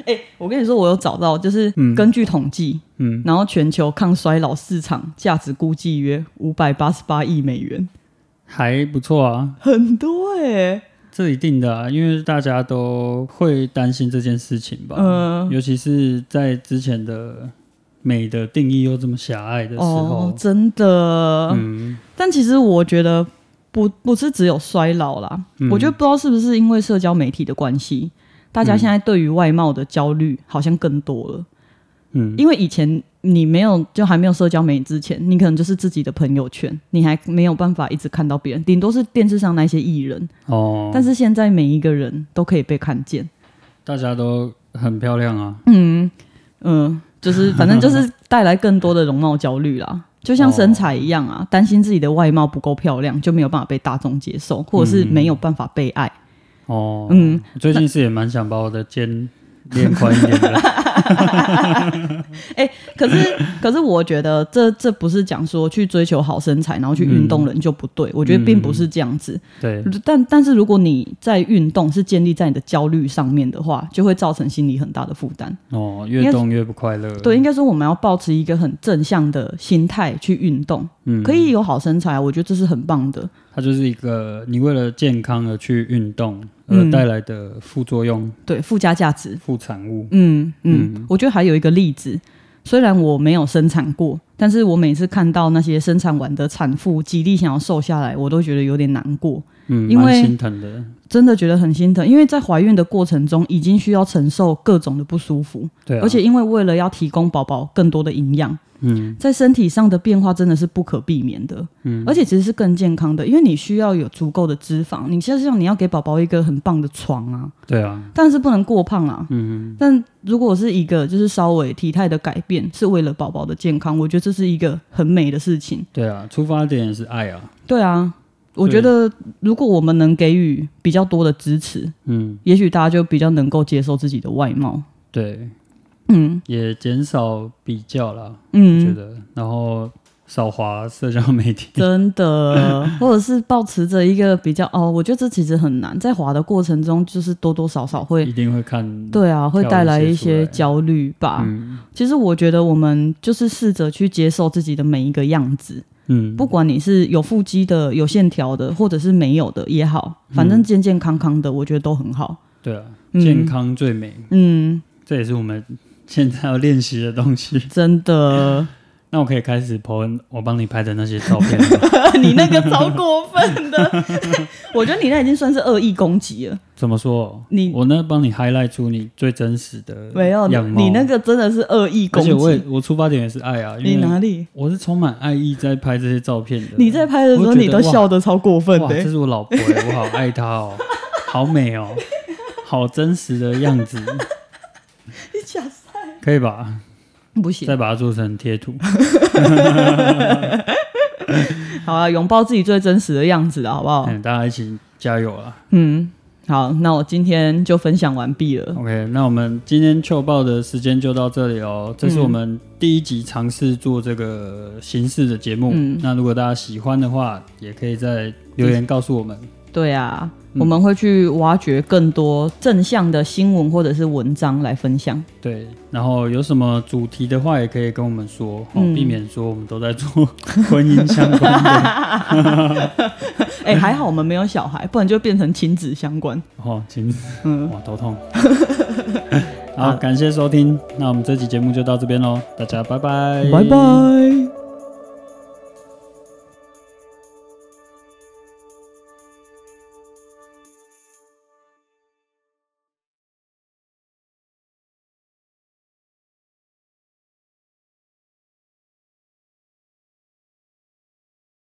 Speaker 2: 哎、我跟你说，我有找到，就是
Speaker 1: 嗯
Speaker 2: 根据统计，
Speaker 1: 嗯，
Speaker 2: 然后全球抗衰老市场价值估计约五百八十八亿美元，
Speaker 1: 还不错啊，
Speaker 2: 很多哎、
Speaker 1: 这一定的啊，因为大家都会担心这件事情吧。
Speaker 2: 嗯
Speaker 1: 尤其是在之前的美的定义又这么狭隘的时候，
Speaker 2: 哦，真的。
Speaker 1: 嗯，
Speaker 2: 但其实我觉得不不是只有衰老啦，
Speaker 1: 嗯
Speaker 2: 我觉得不知道是不是因为社交媒体的关系，大家现在对于外貌的焦虑好像更多了。
Speaker 1: 嗯，
Speaker 2: 因为以前你没有就还没有社交媒体之前，你可能就是自己的朋友圈，你还没有办法一直看到别人，顶多是电视上那些艺人。
Speaker 1: 哦，
Speaker 2: 但是现在每一个人都可以被看见，
Speaker 1: 大家都很漂亮啊，
Speaker 2: 嗯嗯、就是反正就是带来更多的容貌焦虑啦。就像身材一样啊，担心自己的外貌不够漂亮，就没有办法被大众接受，或者是没有办法被爱。
Speaker 1: 哦，
Speaker 2: 嗯，
Speaker 1: 我最近是也蛮想把我的肩练宽一点 的，
Speaker 2: 可是，可是我觉得这这不是讲说去追求好身材，然后去运动人就不对。我觉得并不是这样子。
Speaker 1: 对，
Speaker 2: 但但是如果你在运动是建立在你的焦虑上面的话，就会造成心理很大的负担。
Speaker 1: 哦，越动越不快乐，
Speaker 2: 对，应，该说我们要保持一个很正向的心态去运动，
Speaker 1: 嗯，
Speaker 2: 可以有好身材，我觉得这是很棒的。
Speaker 1: 它就是一个你为了健康而去运动
Speaker 2: 嗯
Speaker 1: 而带来的副作用、
Speaker 2: 对，附加价值。
Speaker 1: 副产物。
Speaker 2: 嗯嗯，我觉得还有一个例子，虽然我没有生产过，但是我每次看到那些生产完的产妇极力想要瘦下来，我都觉得有点难过。
Speaker 1: 嗯，
Speaker 2: 因为
Speaker 1: 蛮心疼的，
Speaker 2: 真的觉得很心疼，因为在怀孕的过程中已经需要承受各种的不舒服，
Speaker 1: 对、啊，
Speaker 2: 而且因为为了要提供宝宝更多的营养，
Speaker 1: 嗯，
Speaker 2: 在身体上的变化真的是不可避免的。嗯，而且其实是更健康的，因为你需要有足够的脂肪，你就像你要给宝宝一个很棒的床啊，
Speaker 1: 对啊，
Speaker 2: 但是不能过胖啊。
Speaker 1: 嗯，
Speaker 2: 但如果是一个就是稍微体态的改变，是为了宝宝的健康，我觉得这是一个很美的事情。
Speaker 1: 对啊，出发点是爱啊，
Speaker 2: 对啊，我觉得如果我们能给予比较多的支持，
Speaker 1: 嗯，
Speaker 2: 也许大家就比较能够接受自己的外貌。
Speaker 1: 对，
Speaker 2: 嗯
Speaker 1: 也减少比较啦，我觉
Speaker 2: 嗯，
Speaker 1: 得，然后少滑社交媒体，
Speaker 2: 真 的，或者是保持着一个比较哦，我觉得这其实很难，在滑的过程中，就是多多少少会
Speaker 1: 一定会看，
Speaker 2: 对啊，会带来一些焦虑吧。
Speaker 1: 嗯
Speaker 2: 其实我觉得我们就是试着去接受自己的每一个样子，
Speaker 1: 嗯，
Speaker 2: 不管你是有腹肌的、有线条的，或者是没有的也好，反
Speaker 1: 嗯
Speaker 2: 正健健康康的，我觉得都很好。
Speaker 1: 对啊，
Speaker 2: 嗯
Speaker 1: 健康最美，
Speaker 2: 嗯，
Speaker 1: 这也是我们现在要练习的东西。
Speaker 2: 真的，
Speaker 1: 那我可以开始 po 我帮你拍的那些照片了，
Speaker 2: 你那个超过分的， 我觉得你那已经算是恶意攻击了。
Speaker 1: 怎么说？
Speaker 2: 你
Speaker 1: 我呢帮你 highlight 出你最真实的
Speaker 2: 没有，
Speaker 1: 样貌。
Speaker 2: 你那个真的是恶意
Speaker 1: 而
Speaker 2: 攻
Speaker 1: 且我也
Speaker 2: 击。
Speaker 1: 我出发点也是爱啊，
Speaker 2: 你
Speaker 1: 因为
Speaker 2: 哪里？
Speaker 1: 我是充满爱意在拍这些照片的。
Speaker 2: 你在拍的时候，
Speaker 1: 我觉得
Speaker 2: 你都笑得超过分
Speaker 1: 哇，
Speaker 2: 的、
Speaker 1: 这是我老婆耶，我好爱她哦，好美哦，好真实的样子，
Speaker 2: 你假死
Speaker 1: 可以吧？
Speaker 2: 欸不行
Speaker 1: 再，把它做成贴图。
Speaker 2: 好啊，拥抱自己最真实的样子啊，好不好？
Speaker 1: 嗯，大家一起加油啊
Speaker 2: 嗯，好，那我今天就分享完毕了。
Speaker 1: ！OK，那我们今天秋报的时间就到这里哦。这是
Speaker 2: 嗯
Speaker 1: 我们第一集尝试做这个形式的节目。
Speaker 2: 嗯
Speaker 1: 那如果大家喜欢的话，也可以在留言告诉我们。
Speaker 2: 对啊，
Speaker 1: 嗯
Speaker 2: 我们会去挖掘更多正向的新闻或者是文章来分享。
Speaker 1: 对，然后有什么主题的话，也可以跟我们说，哦
Speaker 2: 嗯
Speaker 1: 避免说我们都在做 婚姻相关的。
Speaker 2: 哎、还好我们没有小孩，不然就变成亲子相关。
Speaker 1: 哦，请，
Speaker 2: 嗯
Speaker 1: 哇，头痛。好，感谢收听，那我们这期节目就到这边喽，大家拜拜，
Speaker 2: 拜拜。